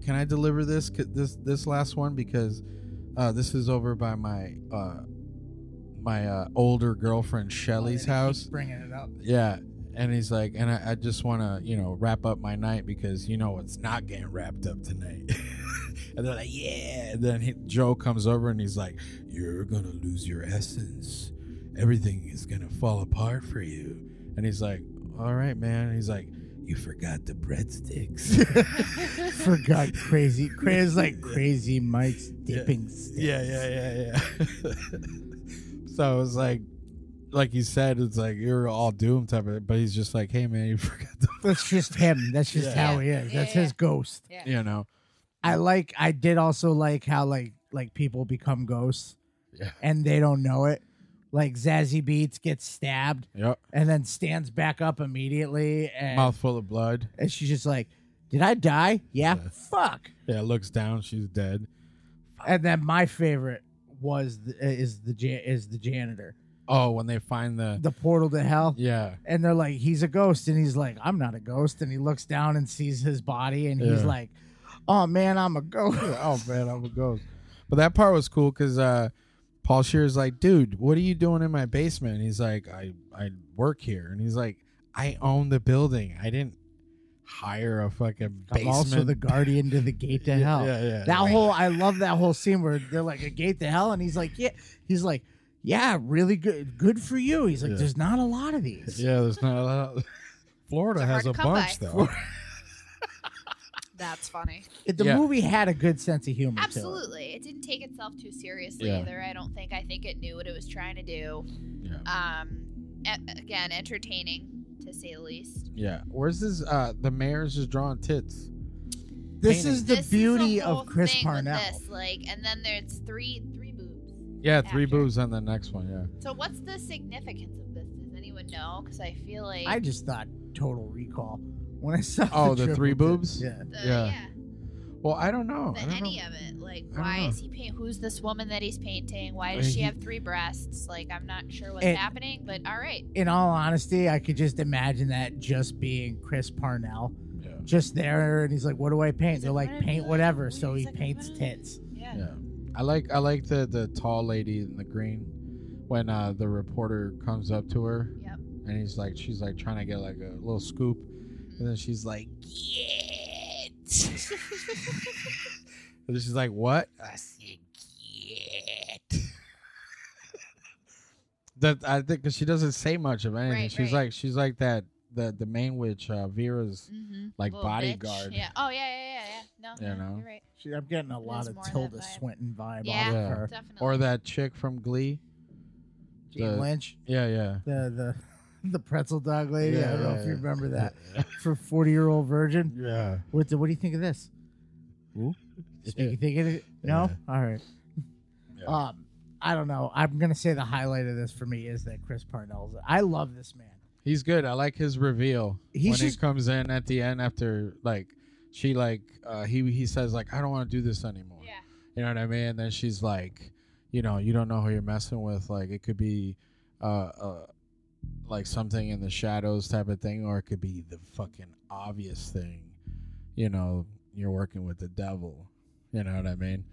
D: can I deliver this this this last one because uh, this is over by my uh, my uh, older
A: Oh,
D: girlfriend Shelly's house."
A: Bringing it up.
D: Yeah. And he's like, and I, I just want to, you know, wrap up my night because you know it's not getting wrapped up tonight. [laughs] and they're like, yeah. And then he, Joe comes over and he's like, you're gonna lose your essence. Everything is gonna fall apart for you. And he's like, all right, man. And he's like, you forgot the breadsticks. [laughs]
A: Forgot crazy. Crazy like crazy Mike's dipping sticks.
D: yeah, yeah, yeah, yeah. [laughs] so it's like, like you said, it's like you're all doomed type of. But he's just like, hey, man, you [laughs] forgot the.
A: That's just him. That's just
D: Yeah.
A: how he is.
B: Yeah,
A: That's
B: yeah,
A: his
B: yeah.
A: ghost.
B: Yeah.
D: You know.
A: I like. I did also like how like like people become ghosts,
D: Yeah.
A: and they don't know it. Like Zazzy Beats gets stabbed,
D: Yep.
A: and then stands back up immediately, and,
D: Mouthful of blood.
A: and she's just like, "Did I die? Yeah,
D: Yeah.
A: fuck."
D: Yeah, looks down. She's dead.
A: And then my favorite was the, is the ja- is the janitor,
D: Oh, when they find the.
A: the portal to hell.
D: yeah.
A: and they're like, he's a ghost, and he's like, I'm not a ghost, and he looks down and sees his body, and he's
D: Yeah.
A: like, Oh man, I'm a ghost.
D: oh man, I'm a ghost. But that part was cool because uh, Paul Shear's like, dude, what are you doing in my basement? And he's like, I I work here, and he's like, I own the building. I didn't hire a fucking
A: [laughs] I'm
D: basement.
A: also the guardian to the gate
D: [laughs]
A: to
D: Yeah,
A: hell.
D: yeah, yeah.
A: That whole I love that whole scene where they're like a gate to hell, and he's like, yeah, he's like, yeah, really good, good for you. He's like,
D: Yeah.
A: there's not a lot of these.
D: yeah, there's not a lot. [laughs] Florida
B: They're hard
D: has
B: to
D: a
B: come
D: bunch
B: by.
D: though.
B: That's funny.
A: It- The
D: Yeah.
A: movie had a good sense of humor. to it.
B: Absolutely. It didn't take itself too seriously
D: Yeah.
B: either, I don't think. I think it knew what it was trying to do.
D: Yeah.
B: Um, a- again, entertaining, to say the least.
D: yeah, where's this? Uh, the mayor's just drawing tits.
A: This
D: Painting.
A: is the
B: This is
A: beauty
B: whole
A: of Chris
B: thing with
A: Parnell.
B: This, like, and then there's three three boobs.
D: Yeah, three
B: After.
D: boobs on the next one. Yeah,
B: So what's the significance of this? Does anyone know? Because I feel like
A: I just thought Total Recall when I saw.
D: Oh, the three
A: triple dip.
D: boobs?
A: Yeah.
B: the,
D: yeah. well, I don't know.
B: the
D: I don't
B: any
D: know.
B: of it. Like,
D: don't
B: why
D: know.
B: is he paint? Who's this woman that he's painting? Why
D: Uh,
B: does she
D: he-
B: have three breasts? Like, I'm not sure what's
A: And-
B: happening, but all right.
A: in all honesty, I could just imagine that just being Chris Parnell,
D: Yeah.
A: just there, and he's like, "What do I paint?"
B: He's
A: They're
B: like,
A: like,
B: "What do I
A: "Paint
B: do?"
A: whatever,"
B: He's
A: so he
B: like,
A: paints
B: "What do I do?"
A: tits.
B: Yeah.
D: Yeah, I like I like the the tall lady in the green when uh, the reporter comes up to her
B: Yep.
D: and he's like she's like trying to get like a little scoop and then she's like
B: Get. [laughs]
D: and she's like what I said get [laughs] that I think cause she doesn't say much of anything
B: Right, right.
D: she's like she's like that the the main witch uh, Vera's
B: Mm-hmm.
D: like
B: Little bitch.
D: bodyguard
B: Yeah. Oh yeah, yeah, yeah, yeah. No,
D: You
B: yeah,
D: know?
B: you're right.
A: She, I'm getting a
B: It
A: lot
B: is
A: of
B: more that
A: Tilda
B: vibe.
A: Swinton vibe
B: Yeah,
D: Yeah.
A: off of her.
B: definitely.
D: or that chick from Glee
A: Jane
D: the-
A: Lynch,
D: yeah yeah
A: the the [laughs] the pretzel dog lady. I don't know if you
D: [laughs]
A: remember that
D: yeah,
A: for forty year old virgin.
D: yeah.
A: What the, what do you think of this? Ooh, you think of it? No, all right.
D: Yeah.
A: Um, I don't know. I'm gonna say the highlight of this for me is that Chris Parnell's. I love this man.
D: He's good. I like his reveal
A: He's
D: when
A: just-
D: he comes in at the end after like she like uh, he he says like I don't want to do this anymore.
B: Yeah.
D: You know what I mean? And then she's like, you know, you don't know who you're messing with. Like it could be, uh, uh like something in the shadows type of thing, or it could be the fucking obvious thing. You know, you're working with the devil. You know what I mean?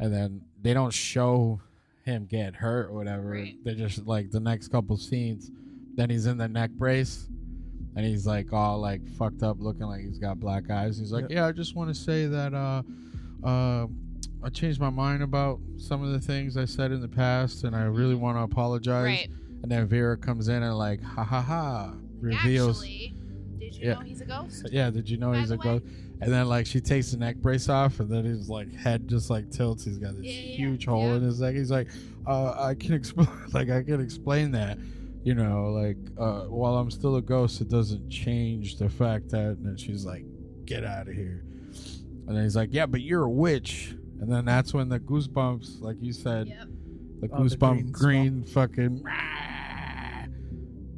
D: And then they don't show him get hurt or whatever.
B: Right.
D: They're just like the next couple scenes. Then he's in the neck brace. And he's like all like fucked up, looking like he's got black eyes. He's like,
A: Yep.
D: yeah, I just want to say that uh, uh, I changed my mind about some of the things I said in the past, and I really want to apologize.
B: Right.
D: And then Vera comes in and like, ha ha ha, reveals.
B: Actually, did you
D: Yeah.
B: know he's a ghost?
D: yeah, did you know
B: By
D: he's
B: the
D: a
B: way-
D: ghost? And then like she takes the neck brace off, and then his like head just like tilts. He's got this
B: Yeah, yeah, yeah.
D: huge hole
B: Yeah.
D: in his neck. He's like, uh, I can explain, [laughs] like I can explain that. You know, like uh, while I'm still a ghost, it doesn't change the fact that. And then she's like, get out of here. And then he's like, yeah, but you're a witch. And then that's when the goosebumps, like you said,
B: Yep.
D: the
A: Oh, the
D: goosebump green,
A: green
D: fucking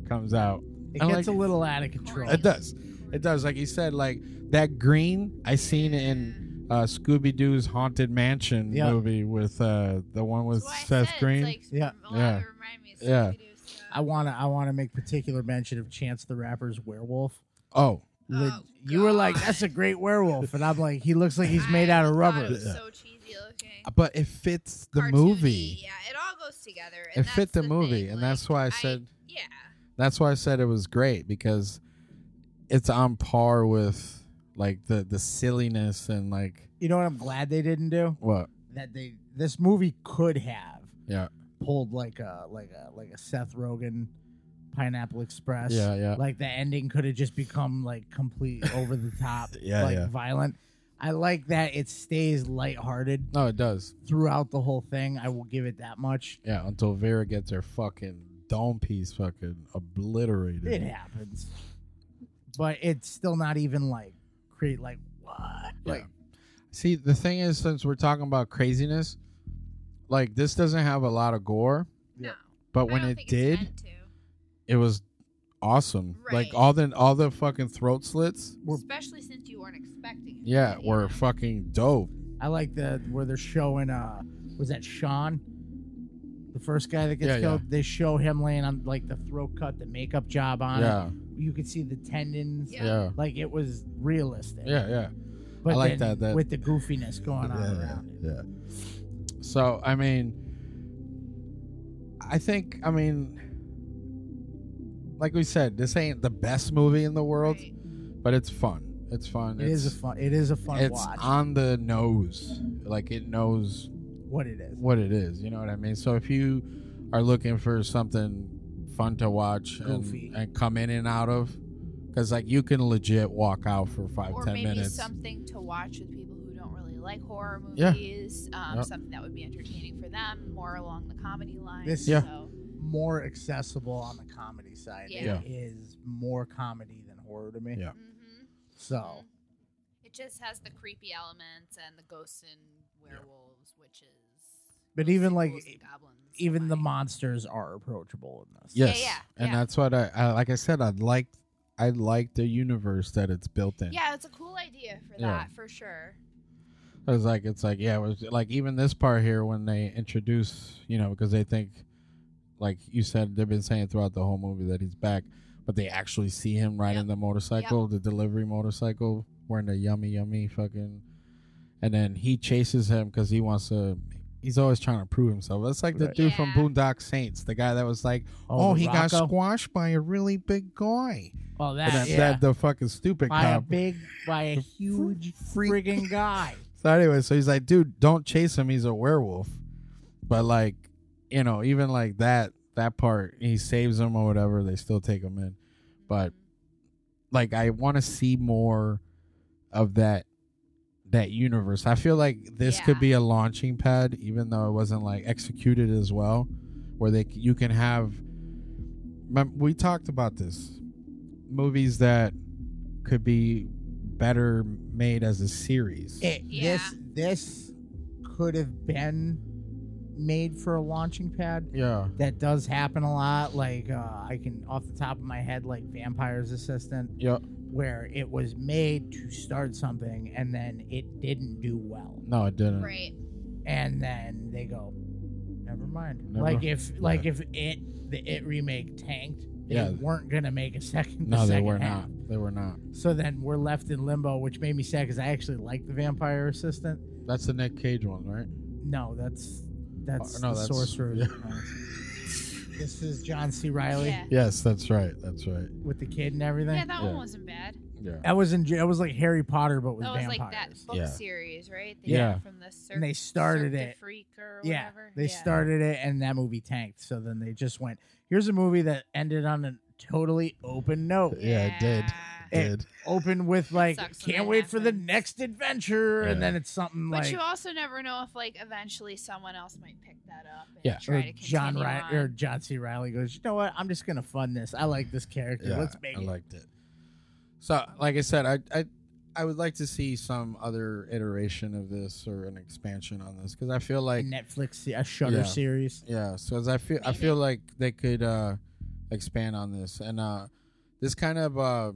D: comes out.
A: It
D: I
A: gets
D: like-
A: a little out of control.
D: It does. It does. Like you said, like that green I seen in uh, Scooby Doo's Haunted Mansion
A: Yeah.
D: movie with uh, the one with
B: That's why I
D: Seth
B: said it's
D: Green.
B: Like,
A: Yeah.
B: a lot of
D: Yeah.
B: it reminded me of
D: Yeah.
B: Scooby-Doo stuff.
A: I wanna I wanna make particular mention of Chance the Rapper's werewolf.
D: Oh.
B: um,
A: Le- you were like, that's a great werewolf, and I'm like, he looks like he's made out of rubber.
B: so
G: cheesy looking.
D: But it fits the movie.
B: Yeah, it all goes together.
D: It fit the, movie, and that's why I said.
B: yeah.
D: That's why I said it was great because it's on par with like the the silliness and like
A: You know what? I'm glad they didn't do
D: what
A: that. They this movie could have
D: yeah
A: pulled like a like a like a Seth Rogen Pineapple Express.
D: Yeah, yeah.
A: Like the ending could have just become like complete
D: [laughs]
A: over the top,
D: Yeah,
A: like
D: yeah.
A: violent. I like that it stays lighthearted
D: no it does
A: throughout the whole thing. I will give it that much.
D: yeah until Vera gets her fucking dome piece fucking obliterated.
A: It happens, but it's still not even like create like what like
D: See, the thing is, since we're talking about craziness, like this doesn't have a lot of gore.
B: No.
D: But when it did, it was awesome. Like all the all the fucking throat slits were
B: Especially since you weren't expecting it.
D: yeah were fucking dope.
A: I like the where they're showing uh was that Sean? The first guy that gets
D: Yeah, yeah.
A: killed, they show him laying on like the throat cut, the makeup job on
D: Yeah.
A: it. You could see the tendons.
D: Yeah. Yeah.
A: Like it was realistic.
D: Yeah, yeah.
A: But
D: I like
A: then
D: that. That
A: with the goofiness going on
D: Yeah,
A: around it.
D: yeah. So I mean, I think I mean, like we said, this ain't the best movie in the world, but it's fun. It's fun.
A: It
D: it's,
A: is a fun it is a fun
D: It's
A: watch.
D: on the nose. Like it knows
A: What it is.
D: What it is. You know what I mean. So if you are looking for something fun to watch
A: Goofy.
D: and, and come in and out of, because like you can legit walk out for five
B: Or
D: ten
B: maybe
D: minutes.
B: something to watch with people who don't really like horror
D: Yeah.
B: movies. Um,
D: Yep.
B: Something that would be entertaining for them, more along the comedy line.
A: This
D: Yeah.
B: So,
A: is more accessible on the comedy side.
B: Yeah.
A: It is more comedy than horror to me.
D: Yeah.
A: So
B: Mm-hmm. it just has the creepy elements and the ghosts and werewolves, witches.
A: but even like
B: ghouls and goblins.
A: even the monsters are approachable in this.
D: Yes. And that's what I, I like. I said I like I like the universe that it's built in.
B: Yeah, it's a cool idea for
D: Yeah.
B: that for sure.
D: I was like, it's like yeah, it was like even this part here when they introduce, you know, because they think, like you said, they've been saying throughout the whole movie that he's back, but they actually see him riding the motorcycle, the delivery motorcycle, wearing the yummy yummy fucking, and then he chases him because he wants to. He's always trying to prove himself. That's like the
A: Right.
D: dude from Boondock Saints, the guy that was like,
A: Oh,
D: "Oh,
A: the
D: he
A: Rocco?
D: got squashed by a really big guy."
A: Oh,
D: And
A: that,
D: then
A: yeah.
D: that the fucking stupid
A: by a
D: cop.
A: big, by a huge friggin' guy.
D: So anyway, so he's like, dude, don't chase him. He's a werewolf. But like, you know, even like that that part, he saves him or whatever. They still take him in. But like, I want to see more of that that universe. I feel like this could be a launching pad, even though it wasn't like executed as well, where they c- you can have. Remem- We talked about this movies that could be better made as a series.
A: It, This this could have been made for a launching pad.
D: Yeah.
A: That does happen a lot. Like uh, I can off the top of my head, like Vampire's Assistant.
D: Yep.
A: Where it was made to start something and then it didn't do well.
D: No, it didn't.
B: Right.
A: And then they go, never mind.
D: Never-
A: Like if
D: Yeah.
A: like if it the it remake tanked, they
D: Yeah.
A: weren't gonna make a [laughs] second.
D: No,
A: the
D: they
A: second
D: were
A: half.
D: not. They were not.
A: So then we're left in limbo, which made me sad because I actually like the Vampire Assistant.
D: That's the Nick Cage one, right?
A: No, that's that's
D: Oh, no,
A: the
D: that's-
A: Sorcerer.
D: yeah.
A: This is John C. Riley
D: Yes, that's right. That's right.
A: with the kid and everything.
B: Yeah, that one wasn't bad.
D: Yeah.
A: That was in. That was like Harry Potter, but with
B: That was
A: vampires.
B: like that book
A: Yeah.
B: series, right? They
A: Yeah.
B: got From the Cirque,
A: and they
B: Cirque
A: started
B: du
A: it.
B: Freak or
A: yeah,
B: whatever.
A: they started it, and that movie tanked. So then they just went. Here's a movie that ended on a totally open note.
D: Yeah, it did. It did.
A: Opened with like,
B: Sucks when
A: can't
B: that
A: wait for the next adventure, and
D: Yeah.
A: then it's something
B: But
A: like
B: you also never know if, like, eventually someone else might pick that up. And
D: Yeah.
B: Try to
A: John
B: continue
A: Ry-
B: on.
A: or John C. Riley goes, you know what? I'm just gonna fund this. I like this character.
D: Yeah,
A: Let's make
D: I
A: it.
D: liked it. So, like I said, I, I I would like to see some other iteration of this or an expansion on this because I feel like
A: Netflix, se- a Shutter
D: Yeah.
A: series.
D: Yeah, so as I feel, I feel like they could uh, expand on this, and uh, this kind of uh,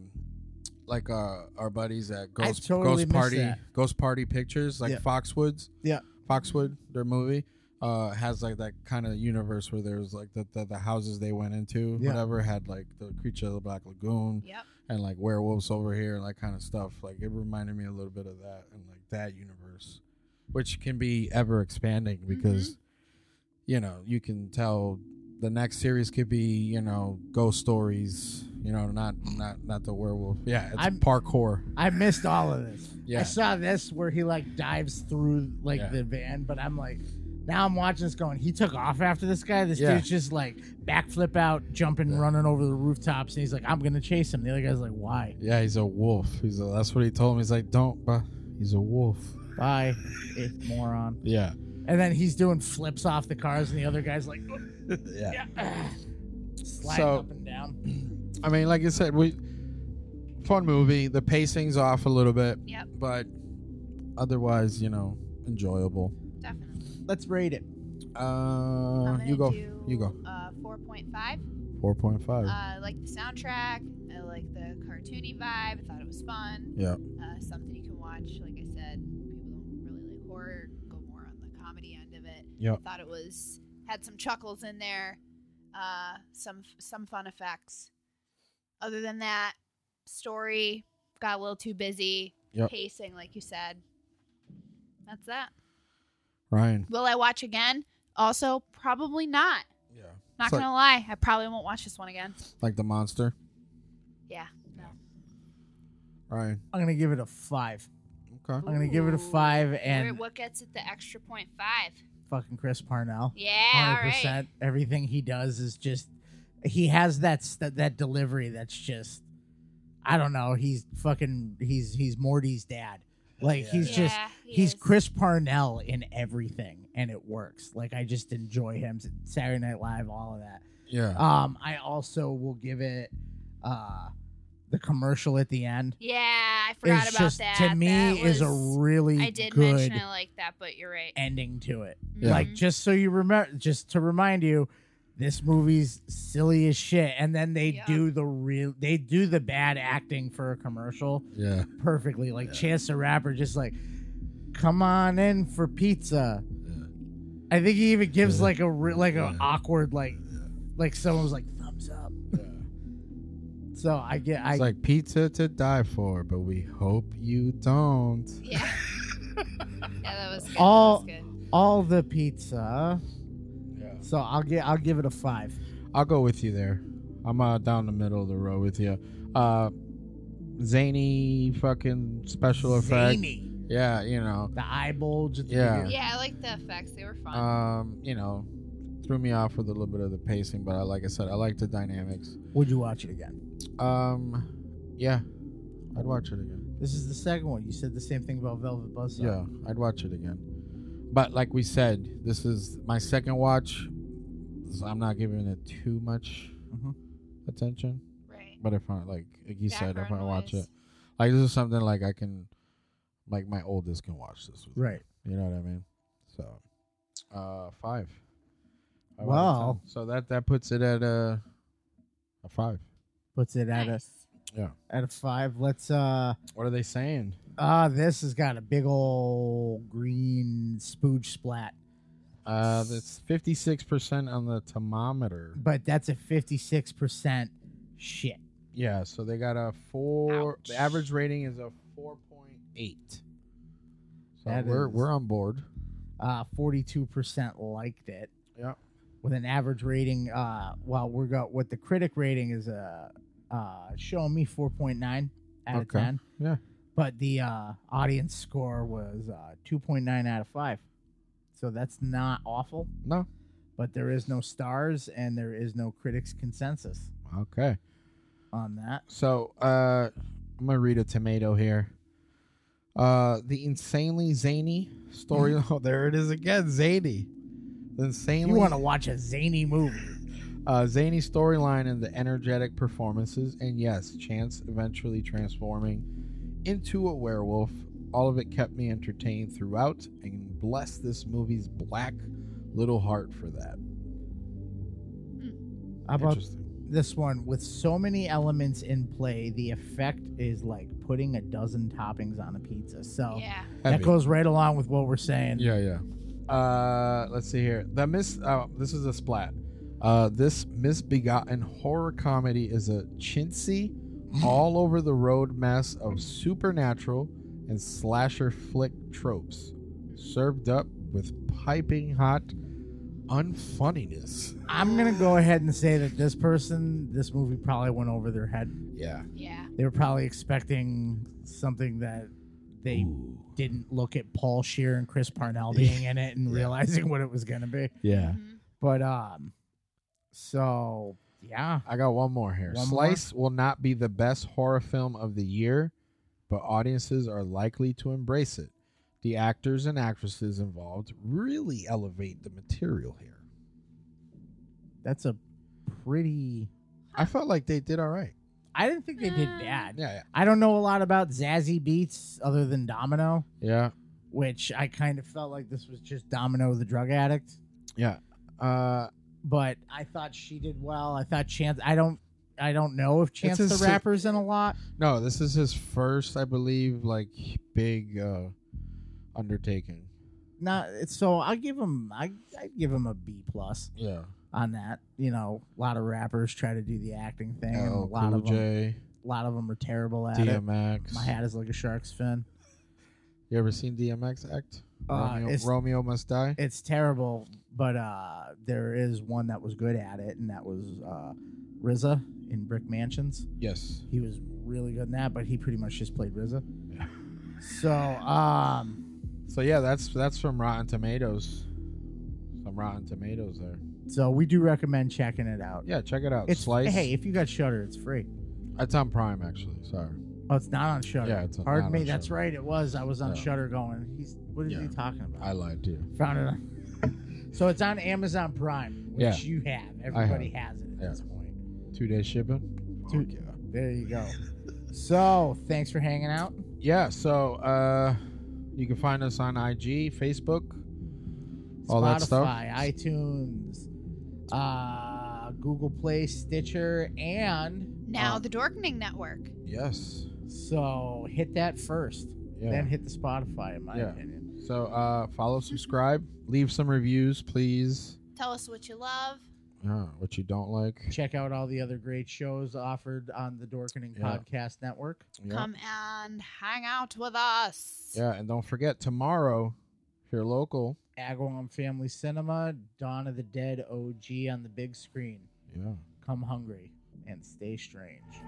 D: like uh, our buddies at Ghost
A: totally
D: Ghost
A: missed
D: Party
A: that.
D: Ghost Party Pictures, like
A: Yeah.
D: Foxwoods.
A: Yeah,
D: Foxwood, their movie. uh, has like that kind of universe where there's like the, the, the houses they went into,
A: Yeah.
D: whatever, had like the creature of the Black Lagoon
B: Yep.
D: and like werewolves over here and that kind of stuff. Like it reminded me a little bit of that and like that universe, which can be ever expanding because you know you can tell the next series could be you know ghost stories. You know, not not not the werewolf. Yeah, it's
A: I'm-
D: parkour.
A: I missed all of this. I
D: Yeah.
A: saw this where he like dives through like
D: Yeah.
A: the van, but I'm like, now I'm watching this going, he took off after this guy. This
D: Yeah.
A: dude's just like backflip out, jumping, running over the rooftops, and he's like, I'm gonna chase him. The other guy's like, why?
D: Yeah, he's a wolf. He's a, that's what he told me. He's like, don't, but he's a wolf.
A: Bye, eh, moron.
D: Yeah.
A: And then he's doing flips off the cars, and the other guy's like,
D: Yeah.
A: sliding
D: So-
A: up and down.
D: I mean, like I said, we fun movie. The pacing's off a little bit.
B: Yep.
D: But otherwise, you know, enjoyable.
B: Definitely.
A: Let's rate it.
D: Uh,
B: gonna
D: you go.
B: do-
D: You go. Oh.
B: Uh, 4.5.
D: Four point five.
B: Uh, I like the soundtrack. I like the cartoony vibe. I thought it was fun.
D: Yeah.
B: Uh, something you can watch. Like I said, people don't really like horror. Go more on the comedy end of it.
D: Yep.
B: Thought it was had some chuckles in there. Uh, some some fun effects. Other than that, story got a little too busy.
D: Yep.
B: Pacing, like you said. That's that.
D: Ryan.
B: Will I watch again? Also, probably not.
D: Yeah.
B: Not
D: It's like-
B: gonna lie, I probably won't watch this one again.
D: Like the monster.
B: Yeah. No.
D: Ryan.
A: I'm gonna give it a five.
D: Okay.
A: I'm gonna give it a five,
B: Where-
A: and
B: what gets it the extra point five?
A: fucking Chris Parnell.
B: Yeah, all right.
A: 100%. Everything he does is just he has that s- that, that delivery that's just I don't know, he's fucking he's he's Morty's dad. Like he's
B: Yeah,
A: just
B: he
A: he's
B: is.
A: Chris Parnell in everything and it works. Like I just enjoy him Saturday Night Live all of that.
D: Yeah.
A: Um I also will give it uh the commercial at the end
B: Yeah, I forgot
A: is
B: about
A: just
B: that.
A: to me
B: That
A: is a
B: was-
A: really
B: I did
A: good
B: mention I like that, but you're right. Mm-hmm.
A: ending to it.
B: Yeah.
A: Like just so you remember, just to remind you, this movie's silly as shit. And then they
B: Yeah.
A: do the real, they do the bad acting for a commercial
D: Yeah.
A: perfectly. Like Chance the Rapper, just like, come on in for pizza. I think he even gives like a re- like an awkward like, like someone was like thumbs up. So I get I
D: It's like pizza to die for, but we hope you don't.
B: Yeah. [laughs] yeah, that was good.
A: all
B: that was good.
A: all the pizza.
D: Yeah.
A: So I'll get I'll give it a five.
D: I'll go with you there. I'm uh, down the middle of the road with you. Uh, zany fucking special effect.
A: Zany.
D: Yeah, you know.
A: The eye bulge. At the
D: Yeah.
A: beginning.
B: Yeah, I like the effects. They were fun.
D: Um, you know, threw me off with a little bit of the pacing, but I, like I said, I like the dynamics.
A: Would you watch it again?
D: Um, yeah, I'd watch it again.
A: This is the second one. You said the same thing about Velvet Buzzsaw.
D: Yeah, I'd watch it again. But like we said, this is my second watch. So I'm not giving it too much
A: Mhm.
D: attention.
B: right.
D: But if I like, like you said, if I
B: Background
D: watch
B: noise.
D: it, like this is something like I can, like my oldest can watch this. With me.
A: Right.
D: You know what I mean? So, uh, five. Five out of
A: Wow.
D: 10. So that that puts it at a, a five.
A: Puts it at
B: Nice.
D: Yeah.
A: a at a five. Let's uh
D: What are they saying?
A: ah this has got a big old green spooge splat.
D: Uh, that's fifty six percent on the thermometer.
A: But that's a fifty six percent shit.
D: Yeah. So they got a four. The average rating is a four point eight. So
A: That
D: we're
A: is-
D: we're on board.
A: Uh forty two percent liked it.
D: Yeah.
A: With an average rating, uh well we're got what the critic rating is uh uh showing me four point nine out of
D: Okay.
A: ten.
D: Yeah.
A: But the uh audience score was uh two point nine out of five. So that's not awful.
D: No.
A: but there is no stars and there is no critics consensus
D: Okay.
A: on that.
D: So uh, I'm gonna read a tomato here. Uh, the insanely zany
A: [laughs]
D: story. oh, there it is again, zany. The
A: You
D: insanely
A: want to watch a zany movie?
D: uh, zany storyline and the energetic performances, and yes, Chance eventually transforming into a werewolf. All of it kept me entertained throughout, and bless this movie's black little heart for that.
A: How about
D: Interesting.
A: this one with so many elements in play? The effect is like putting a dozen toppings on a pizza. So
B: Yeah.
A: that
D: Heavy.
A: goes right along with what we're saying.
D: Yeah, yeah. Uh, let's see here. The miss. Oh, this is a splat. Uh, this misbegotten horror comedy is a [laughs] chintzy, all over the road mess of supernatural and slasher flick tropes, served up with piping hot unfunniness.
A: I'm gonna go ahead and say that this person, this movie probably went over their head.
D: Yeah.
B: Yeah.
A: They were probably expecting something that they didn't look at Paul Shear and Chris Parnell
D: [laughs]
A: being in it and realizing what it was gonna be.
D: Yeah.
B: Mm-hmm.
A: But um, so yeah,
D: I got one more here.
A: One more?
D: Slice will not be the best horror film of the year, but audiences are likely to embrace it. The actors and actresses involved really elevate the material here.
A: That's a pretty.
D: I felt like they did all right.
A: I didn't think they did bad.
D: Yeah, yeah.
A: I don't know a lot about Zazzy Beats other than Domino,
D: Yeah.
A: which I kind of felt like this was just Domino the drug addict.
D: Yeah. Uh,
A: But I thought she did well. I thought Chance. I don't. I don't know if Chance
D: his
A: the
D: si-
A: Rapper's in a lot.
D: no, this is his first, I believe, like big uh undertaking.
A: Not so. I give him. I I give him a B plus
D: Yeah.
A: on that. You know, a lot of rappers try to do the acting thing. and a
D: L,
A: lot
D: Oh, Cool
A: of them,
D: J,
A: a lot of them are terrible at it.
D: DMX.
A: My hat is like a shark's fin.
D: You ever seen DMX act?
A: Uh,
D: Romeo,
A: it's-
D: Romeo Must Die.
A: It's terrible, but uh, there is one that was good at it, and that was uh, RZA in Brick Mansions.
D: Yes.
A: He was really good in that, but he pretty much just
D: [laughs]
A: played RZA. So, um,
D: So yeah, that's that's from Rotten Tomatoes. Some Rotten Tomatoes there.
A: so we do recommend checking it out.
D: Yeah, check it out.
A: It's
D: Slice.
A: hey, if you got Shutter, it's free.
D: It's on Prime actually. Sorry.
A: Oh, it's not on Shutter.
D: Yeah, it's on-
A: Pardon
D: not
A: me,
D: on
A: that's
D: Shudder.
A: right. It was. I was on
D: Yeah.
A: Shutter going. He's what is
D: Yeah.
A: he talking about?
D: I lied to you.
A: Found it. On, [laughs] so it's on Amazon Prime, which
D: Yeah.
A: you have.
D: I have.
A: Everybody has it at
D: Yeah.
A: this point.
D: Two day shipping.
A: Two- There you go. So, thanks for hanging out.
D: Yeah. So uh, you can find us on IG, Facebook, all that stuff.
A: Spotify, iTunes, uh, Google Play, Stitcher, and uh,
B: Now
D: Um,
B: the Dorkening Network.
D: Yes.
A: so hit that first,
D: Yeah.
A: then hit the Spotify. In my
D: Yeah.
A: opinion,
D: So uh, follow, subscribe, leave some reviews, please.
G: Tell us what you love.
D: Uh, what you don't like.
A: check out all the other great shows offered on the Dorkening
D: Yeah.
A: Podcast Network.
D: Yeah.
G: Come and hang out with us.
D: Yeah, and don't forget tomorrow, if you're local.
A: Agawam Family Cinema, Dawn of the Dead OG on the big screen.
D: Yeah.
A: Come hungry and stay strange.